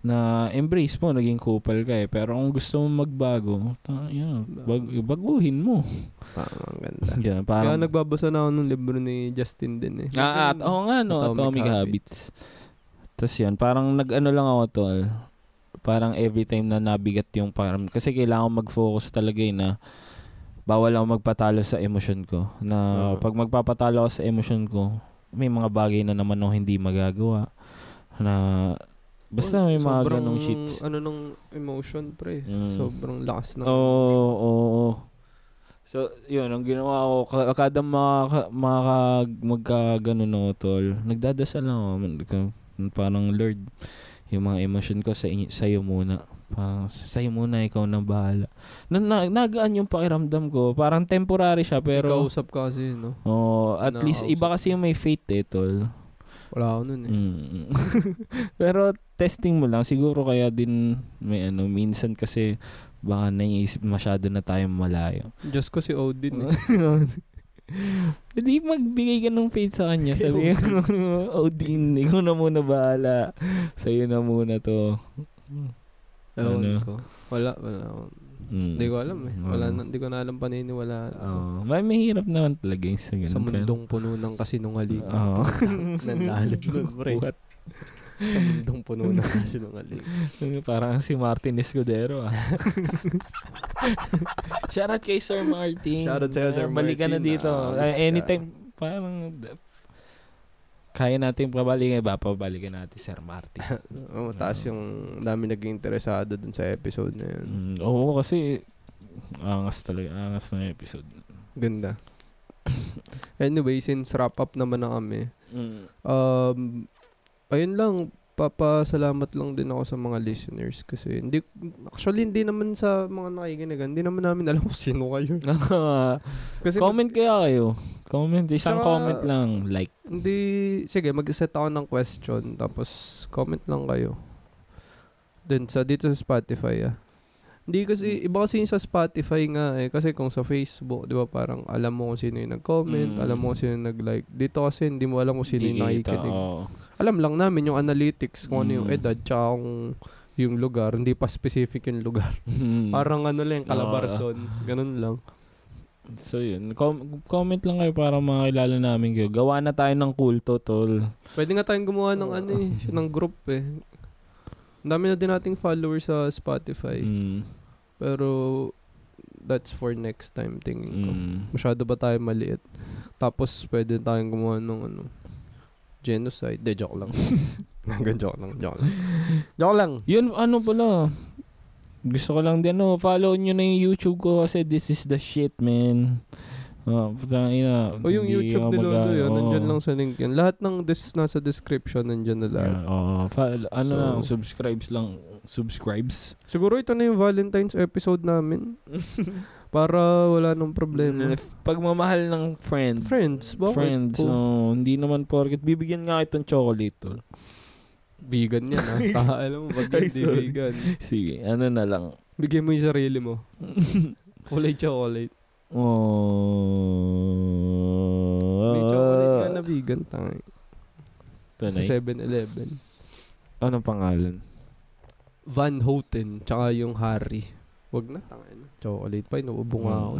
[SPEAKER 1] na embrace mo naging kupal ka eh pero kung gusto mo magbago tang, yun, bag, baguhin mo
[SPEAKER 2] Tama, ang ganda.
[SPEAKER 1] yeah,
[SPEAKER 2] Kaya
[SPEAKER 1] parang
[SPEAKER 2] nagbabasa na ako ng libro ni Justin din eh.
[SPEAKER 1] Ah, at
[SPEAKER 2] Yung-
[SPEAKER 1] oo nga no, Atomic,
[SPEAKER 2] Atomic
[SPEAKER 1] Habits. Tapos yun, parang nag-ano lang ako tol. Parang every time na nabigat yung parang, kasi kailangan ko mag-focus talaga eh na bawal ako magpatalo sa emosyon ko. Na
[SPEAKER 2] Oo.
[SPEAKER 1] pag magpapatalo ako sa emosyon ko, may mga bagay na naman ako hindi magagawa. Na basta may mga
[SPEAKER 2] sobrang,
[SPEAKER 1] ganong shit.
[SPEAKER 2] ano ng emotion, pre.
[SPEAKER 1] Mm.
[SPEAKER 2] Sobrang lakas ng...
[SPEAKER 1] Oo, oo, oo. So, yun, ang ginawa ko, ka- kada maka, maka, magkaganon ako, tol, nagdadasal lang ako. Man- ka- Parang, Lord, yung mga emotion ko sa inyo, sa'yo muna. Parang, sa'yo muna, ikaw na bahala. Na, na, nagaan yung pakiramdam ko. Parang temporary siya, pero,
[SPEAKER 2] Kausap ka kasi, no?
[SPEAKER 1] oh, at least,
[SPEAKER 2] Nakausap
[SPEAKER 1] iba kasi yung may faith eh, tol.
[SPEAKER 2] Wala ako nun eh.
[SPEAKER 1] Mm. Pero testing mo lang siguro kaya din may ano minsan kasi baka naiisip masyado na tayong malayo.
[SPEAKER 2] Just ko si Odin eh.
[SPEAKER 1] Hindi magbigay ka ng faith sa kanya. Sabi ko, Odin, ikaw na muna bahala. Sa'yo na muna to.
[SPEAKER 2] Ewan
[SPEAKER 1] Ano?
[SPEAKER 2] ko. Wala, wala. ako.
[SPEAKER 1] Mm. Ah,
[SPEAKER 2] Hindi ko alam eh. Wala
[SPEAKER 1] Oo.
[SPEAKER 2] na, hindi ko na alam paniniwalaan ko.
[SPEAKER 1] Oo. may mahirap naman talaga yung sa ganun.
[SPEAKER 2] Sa mundong puno ng kasinungalingan.
[SPEAKER 1] Oo.
[SPEAKER 2] Nanlalap nun, pre.
[SPEAKER 1] Ah. What?
[SPEAKER 2] Sa mundong puno ng kasinungalingan.
[SPEAKER 1] Parang si Martin Escudero ah. Shoutout kay Sir Martin.
[SPEAKER 2] Shoutout sa'yo, Sir
[SPEAKER 1] Ah, Balikan na
[SPEAKER 2] Martin.
[SPEAKER 1] dito.
[SPEAKER 2] Ah,
[SPEAKER 1] Ah,
[SPEAKER 2] miss ka.
[SPEAKER 1] anytime. Parang kaya natin pabalikan. Iba, pabalikan natin Sir Martin.
[SPEAKER 2] Oo, Oh, taas yung dami naging interesado dun sa episode na yun.
[SPEAKER 1] Ah. Mm, oo, kasi angas talaga. Angas na yung episode.
[SPEAKER 2] Ganda. Anyway, since wrap up naman na kami,
[SPEAKER 1] Mm.
[SPEAKER 2] um, ayun lang, papasalamat lang din ako sa mga listeners kasi hindi, actually hindi naman sa mga nakikinig, hindi naman namin alam kung sino kayo. Kasi
[SPEAKER 1] comment kaya kayo. Comment. Isang
[SPEAKER 2] Tsaka-
[SPEAKER 1] comment lang. Like.
[SPEAKER 2] hindi, sige, mag-set ako ng question tapos comment lang kayo. Dun sa, dito sa Spotify ah. Hindi
[SPEAKER 1] Hmm.
[SPEAKER 2] kasi, iba kasi yung sa Spotify nga eh. Kasi kung sa Facebook, di ba parang alam mo kung sino yung nag-comment,
[SPEAKER 1] Mm.
[SPEAKER 2] alam mo kung sino yung nag-like. Dito kasi hindi mo alam kung sino yung
[SPEAKER 1] Hindi kita,
[SPEAKER 2] nakikinig.
[SPEAKER 1] oo.
[SPEAKER 2] Alam lang namin yung analytics, kung ano yung
[SPEAKER 1] Mm.
[SPEAKER 2] edad, tsaka kung yung lugar. Hindi pa specific yung lugar.
[SPEAKER 1] Mhm.
[SPEAKER 2] Parang ano lang,
[SPEAKER 1] Oo.
[SPEAKER 2] Calabarzon. Ganun lang.
[SPEAKER 1] So yun, Com- comment lang kayo para makilala namin kayo. Gawa na tayo ng kulto, tol.
[SPEAKER 2] Pwede nga tayong gumawa ng ano eh, ng group eh. Ang dami na din nating followers sa Spotify.
[SPEAKER 1] Mm.
[SPEAKER 2] Pero, that's for next time tingin ko.
[SPEAKER 1] Mm.
[SPEAKER 2] Masyado ba tayo maliit? Tapos, pwede tayong gumawa ng ano, genocide. De, joke lang. Hanggang joke lang, joke lang. Joke lang.
[SPEAKER 1] Yun, ano pala. Gusto ko lang din, ano, follow nyo na yung YouTube ko kasi this is the shit, man. Oh, putang ina.
[SPEAKER 2] O yung
[SPEAKER 1] hindi ako
[SPEAKER 2] YouTube ni Lolo
[SPEAKER 1] mag-
[SPEAKER 2] yun,
[SPEAKER 1] oo.
[SPEAKER 2] nandyan lang sa link yun. Lahat ng this nasa description, nandyan na lahat.
[SPEAKER 1] Yeah, oo. Fa- ano
[SPEAKER 2] So-
[SPEAKER 1] lang, subscribes lang. Subscribes?
[SPEAKER 2] Siguro ito na yung Valentine's episode namin. para wala nang problema.
[SPEAKER 1] Pagmamahal ng friend.
[SPEAKER 2] Friends, bakit? Oh.
[SPEAKER 1] Friends, oh.
[SPEAKER 2] po?
[SPEAKER 1] oo. hindi naman porket. Bibigyan nga itong chocolate, tol.
[SPEAKER 2] Vegan yan, ha? Taka, alam mo, pag
[SPEAKER 1] Ay,
[SPEAKER 2] hindi
[SPEAKER 1] sorry.
[SPEAKER 2] vegan.
[SPEAKER 1] Sige, ano na lang.
[SPEAKER 2] Bigyan mo yung sarili mo. Kulay chocolate.
[SPEAKER 1] Oh.
[SPEAKER 2] May chocolate nga na vegan. Tangay. Sa
[SPEAKER 1] Tunay.
[SPEAKER 2] 7-Eleven.
[SPEAKER 1] Anong pangalan?
[SPEAKER 2] Van Houten, tsaka yung Harry. Wag na, tangay na. Chocolate pa, inuubo nga ako.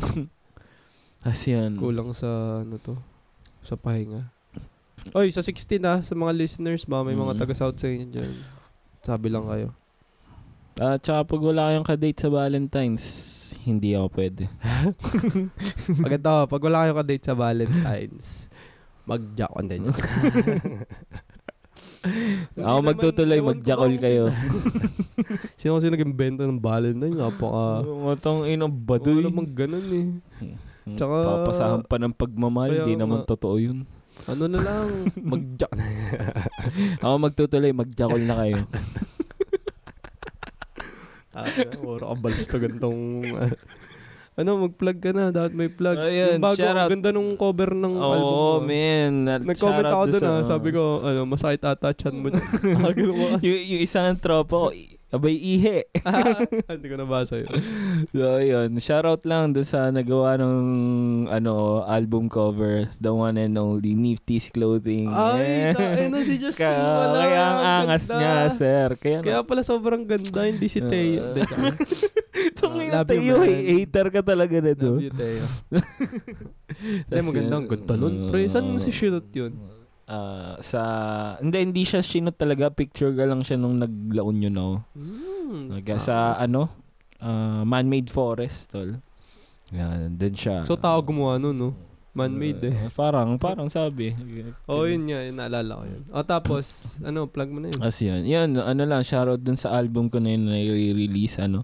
[SPEAKER 1] Tapos yan.
[SPEAKER 2] Kulang sa, ano to, sa pahinga. Oy, sa 16 ah, sa mga listeners ba, may mga
[SPEAKER 1] Mm.
[SPEAKER 2] taga-South sa inyo dyan. Sabi lang kayo.
[SPEAKER 1] Ah, tsaka pag wala kayong kadate sa Valentine's, hindi ako pwede.
[SPEAKER 2] Agad daw, pag wala kayo ka-date sa Valentine's, mag-jack on din.
[SPEAKER 1] ako magtutuloy, magjakol kayo.
[SPEAKER 2] Sino kasi nag-invento ng Valentine? Napaka...
[SPEAKER 1] Oo, Itong inang
[SPEAKER 2] Wala
[SPEAKER 1] baduy.
[SPEAKER 2] namang ganun eh. tsaka-
[SPEAKER 1] Hmm, Papasahan pa ng pagmamahal,
[SPEAKER 2] Kaya
[SPEAKER 1] hindi naman
[SPEAKER 2] nga.
[SPEAKER 1] totoo yun.
[SPEAKER 2] Ano na lang, mag-jack na.
[SPEAKER 1] Ako magtutuloy, magjakol na kayo.
[SPEAKER 2] Ah, Puro ka balis to gantong... ah. ano, mag-plug ka na. Dapat may plug.
[SPEAKER 1] Ayun,
[SPEAKER 2] yung bago,
[SPEAKER 1] shoutout.
[SPEAKER 2] ang ganda nung cover ng album
[SPEAKER 1] Oo,
[SPEAKER 2] mo.
[SPEAKER 1] man. Na-
[SPEAKER 2] Nag-comment
[SPEAKER 1] shoutout
[SPEAKER 2] ako
[SPEAKER 1] doon
[SPEAKER 2] dun
[SPEAKER 1] sa-
[SPEAKER 2] ah. Sabi ko, ano, masakit ata chan mo. Agil mo kasi.
[SPEAKER 1] yung, yung isang tropo, i- abay ihe.
[SPEAKER 2] Hindi ko nabasa yun.
[SPEAKER 1] So, yun. Shoutout lang doon sa nagawa ng ano, album cover. The one and only Nifty's Clothing.
[SPEAKER 2] Ay, tain na si Justin.
[SPEAKER 1] Kaya,
[SPEAKER 2] wala.
[SPEAKER 1] kaya ang angas
[SPEAKER 2] ganda.
[SPEAKER 1] nga, sir. Kaya,
[SPEAKER 2] Kaya pala sobrang ganda, hindi si Teo.
[SPEAKER 1] Ah.
[SPEAKER 2] Hindi, joke.
[SPEAKER 1] Itong
[SPEAKER 2] Ah,
[SPEAKER 1] ina
[SPEAKER 2] love you,
[SPEAKER 1] tayo,
[SPEAKER 2] man.
[SPEAKER 1] eh. hater ka talaga na to.
[SPEAKER 2] Love you, Teo. Uh, Hindi,
[SPEAKER 1] Tas
[SPEAKER 2] maganda. Ang
[SPEAKER 1] yun,
[SPEAKER 2] ganda nun.
[SPEAKER 1] mm,
[SPEAKER 2] Pre, saan si Shirot yun?
[SPEAKER 1] ah, sa... Hindi, hindi siya sinot talaga. Picture ka lang siya nung naglaon yun, no?
[SPEAKER 2] Hmm.
[SPEAKER 1] Nag- sa
[SPEAKER 2] Tapos-
[SPEAKER 1] ano? ah, man-made forest, tol. Yan, dun siya.
[SPEAKER 2] So, tao gumawa nun, no? Man-made eh.
[SPEAKER 1] Ah, parang, parang sabi.
[SPEAKER 2] Oo, oh, yun nga. Yun, naalala ko yun. O, tapos, ano, plug mo na yun.
[SPEAKER 1] As yun. Yun, ano lang, shoutout dun sa album ko na yun na i-release, ano.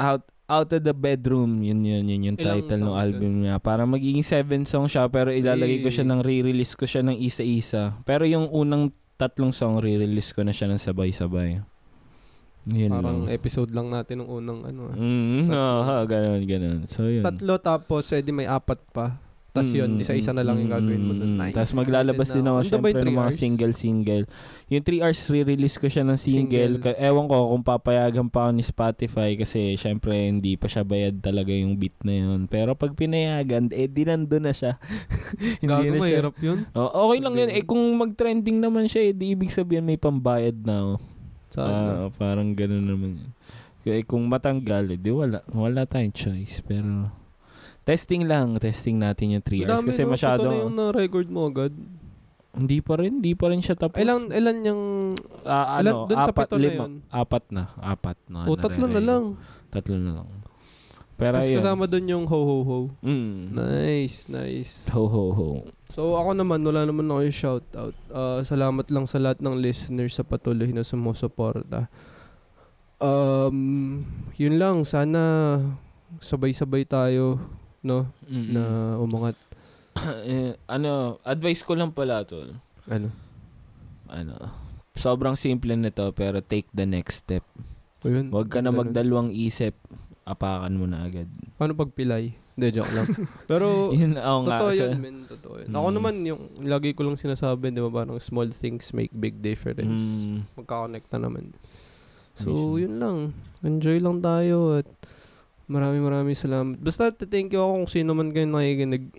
[SPEAKER 1] Out Out of the Bedroom, yun yun, yun yung
[SPEAKER 2] Ilang
[SPEAKER 1] title ng
[SPEAKER 2] songs
[SPEAKER 1] album niya. Para magiging seven song siya, pero ilalagay ko siya
[SPEAKER 2] Hey.
[SPEAKER 1] ng re-release ko siya ng isa-isa. Pero yung unang tatlong song, re-release ko na siya ng sabay-sabay. Yun lang.
[SPEAKER 2] Parang eh. episode lang natin ng unang ano. ah.
[SPEAKER 1] Mm, aha, ganun, ganun. So, yun.
[SPEAKER 2] Tatlo tapos, edi may apat pa. Tapos yun,
[SPEAKER 1] Mm,
[SPEAKER 2] isa-isa na lang yung
[SPEAKER 1] mm,
[SPEAKER 2] gagawin mo
[SPEAKER 1] mm,
[SPEAKER 2] nun. Nice.
[SPEAKER 1] Tapos maglalabas din ako,
[SPEAKER 2] Ano ba yung
[SPEAKER 1] syempre, ng
[SPEAKER 2] three
[SPEAKER 1] mga
[SPEAKER 2] hours?
[SPEAKER 1] single-single. Yung 3 hours, re-release ko siya ng single.
[SPEAKER 2] Single.
[SPEAKER 1] Ka- Ewan ko kung papayagan pa ako ni Spotify kasi syempre, hindi pa siya bayad talaga yung beat na yun. Pero pag pinayagan, eh, di nandun na siya. na
[SPEAKER 2] Gago,
[SPEAKER 1] siya.
[SPEAKER 2] mahirap yun.
[SPEAKER 1] Oh, okay lang yun. Eh, kung mag-trending naman siya, eh, di ibig sabihin may pambayad na ako. Ah,
[SPEAKER 2] Sana.
[SPEAKER 1] parang ganun naman yun. Kaya kung matanggal, eh, di wala. Wala tayong choice. Pero, testing lang. Testing natin yung 3
[SPEAKER 2] Ang
[SPEAKER 1] hours.
[SPEAKER 2] dami,
[SPEAKER 1] Kasi
[SPEAKER 2] no?
[SPEAKER 1] masyado,
[SPEAKER 2] Ito na yung na-record mo agad.
[SPEAKER 1] hindi pa rin. Hindi pa rin siya tapos.
[SPEAKER 2] Ilan, ilan yung...
[SPEAKER 1] Ah, ano,
[SPEAKER 2] ilan dun sa
[SPEAKER 1] apat,
[SPEAKER 2] pito na
[SPEAKER 1] lima.
[SPEAKER 2] yun?
[SPEAKER 1] apat na. Apat na.
[SPEAKER 2] O, oh, tatlo na
[SPEAKER 1] narerelo.
[SPEAKER 2] lang.
[SPEAKER 1] Tatlo na lang. Pero
[SPEAKER 2] Tapos
[SPEAKER 1] yun.
[SPEAKER 2] kasama dun yung ho-ho-ho.
[SPEAKER 1] Mm.
[SPEAKER 2] Nice, nice.
[SPEAKER 1] Ho, ho, ho.
[SPEAKER 2] So ako naman, wala naman ako yung shoutout. Ah, salamat lang sa lahat ng listeners sa patuloy na sumusuporta. Um, yun lang, sana sabay-sabay tayo no
[SPEAKER 1] Mm-mm.
[SPEAKER 2] na umangat.
[SPEAKER 1] Eh, ano, advice ko lang pala, tol.
[SPEAKER 2] Ano?
[SPEAKER 1] Ano, sobrang simple nito pero take the next step.
[SPEAKER 2] O yun,
[SPEAKER 1] Huwag ka na
[SPEAKER 2] ganun.
[SPEAKER 1] magdalawang isip. Apakan mo na agad.
[SPEAKER 2] Paano pag pilay? Hindi, joke lang. Pero
[SPEAKER 1] Yun, oo nga.
[SPEAKER 2] totoo
[SPEAKER 1] so-
[SPEAKER 2] yun, men. Totoo yun. Ako
[SPEAKER 1] Mm.
[SPEAKER 2] naman, yung lagi ko lang sinasabi, di ba, parang small things make big difference.
[SPEAKER 1] Mm.
[SPEAKER 2] magka-connect na naman. So, yun lang. Enjoy lang tayo at marami marami salamat. Basta thank you ako kung sino man kayo nakikinig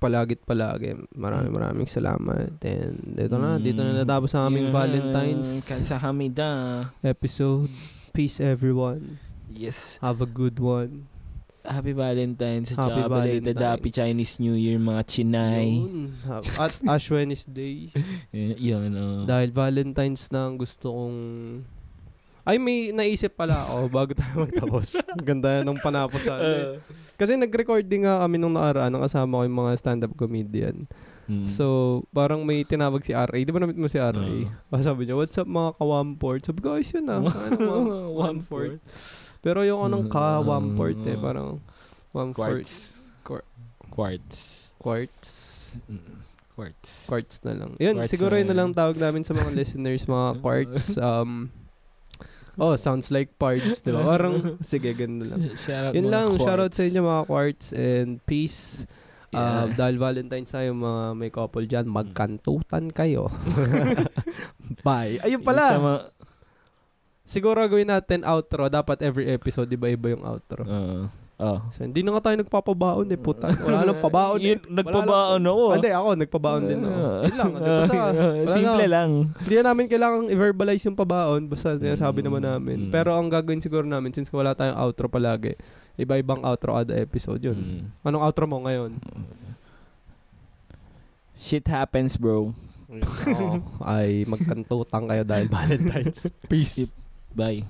[SPEAKER 2] palagit palagi. Marami maraming salamat. And ito na, dito na natapos ang
[SPEAKER 1] Mm.
[SPEAKER 2] aming
[SPEAKER 1] Yun.
[SPEAKER 2] Valentine's
[SPEAKER 1] Sa hamida.
[SPEAKER 2] episode. Peace everyone.
[SPEAKER 1] Yes.
[SPEAKER 2] Have a good one.
[SPEAKER 1] Happy Valentine's.
[SPEAKER 2] Happy
[SPEAKER 1] Happy Valentine's.
[SPEAKER 2] Valentine's.
[SPEAKER 1] Happy Chinese New Year, mga Chinay.
[SPEAKER 2] Yun. Have- At Ash Wednesday.
[SPEAKER 1] Mm. Yun, yun oh.
[SPEAKER 2] Dahil Valentine's na ang gusto kong... Ay, may naisip pala ako bago tayo magtapos. Ang ganda ng panapos sa atin. Kasi nag-recording nga kami nung nakaraan ng kasama ko yung mga stand-up comedian.
[SPEAKER 1] Mm. Uh.
[SPEAKER 2] So, parang may tinawag si RA. Di ba namit mo si RA?
[SPEAKER 1] Oo.
[SPEAKER 2] Ah, sabi niya, what's up mga ka-Wamport? Sabi ko, ayos yun ah. Ano, mga Wamport. Pero yung anong ka-Wamport eh, parang Wamport.
[SPEAKER 1] Mm. Quartz.
[SPEAKER 2] Quar-
[SPEAKER 1] Quartz.
[SPEAKER 2] Quartz.
[SPEAKER 1] Mm. Quartz.
[SPEAKER 2] Quartz na lang. Yun,
[SPEAKER 1] Quartz
[SPEAKER 2] siguro
[SPEAKER 1] na
[SPEAKER 2] yun na
[SPEAKER 1] yun.
[SPEAKER 2] lang tawag namin sa mga listeners, mga quartz. Um, oh, sounds like parts, di ba? Parang, sige, ganun lang.
[SPEAKER 1] Shoutout mga
[SPEAKER 2] Yun lang,
[SPEAKER 1] quartz.
[SPEAKER 2] shoutout sa inyo mga quartz and peace.
[SPEAKER 1] Yeah. Mm.
[SPEAKER 2] Um, dahil Valentine's tayo mga may couple dyan, magkantutan kayo. Bye. Ayun
[SPEAKER 1] Yun sa
[SPEAKER 2] pala.
[SPEAKER 1] mga-
[SPEAKER 2] Siguro gawin natin outro. Dapat every episode, iba-iba yung outro.
[SPEAKER 1] Oo. Oh.
[SPEAKER 2] So, hindi na nga tayo nagpapabaon eh, puta. Wala nang pabaon eh.
[SPEAKER 1] Yun, Nagpabaon ako.
[SPEAKER 2] Ah,
[SPEAKER 1] ah.
[SPEAKER 2] Hindi, ako, nagpabaon din ako.
[SPEAKER 1] Ah.
[SPEAKER 2] Yun lang. Basta,
[SPEAKER 1] Ah,
[SPEAKER 2] wala
[SPEAKER 1] Simple
[SPEAKER 2] na.
[SPEAKER 1] lang.
[SPEAKER 2] Hindi na namin kailangang i-verbalize yung pabaon. Basta sinasabi
[SPEAKER 1] Mm,
[SPEAKER 2] naman namin.
[SPEAKER 1] mm.
[SPEAKER 2] Pero ang gagawin siguro namin, since wala tayong outro palagi, iba-ibang outro ada episode yun.
[SPEAKER 1] Mm.
[SPEAKER 2] Anong outro mo ngayon?
[SPEAKER 1] Shit happens, bro.
[SPEAKER 2] Ay, magkantutang kayo dahil Valentine's. Peace.
[SPEAKER 1] Bye.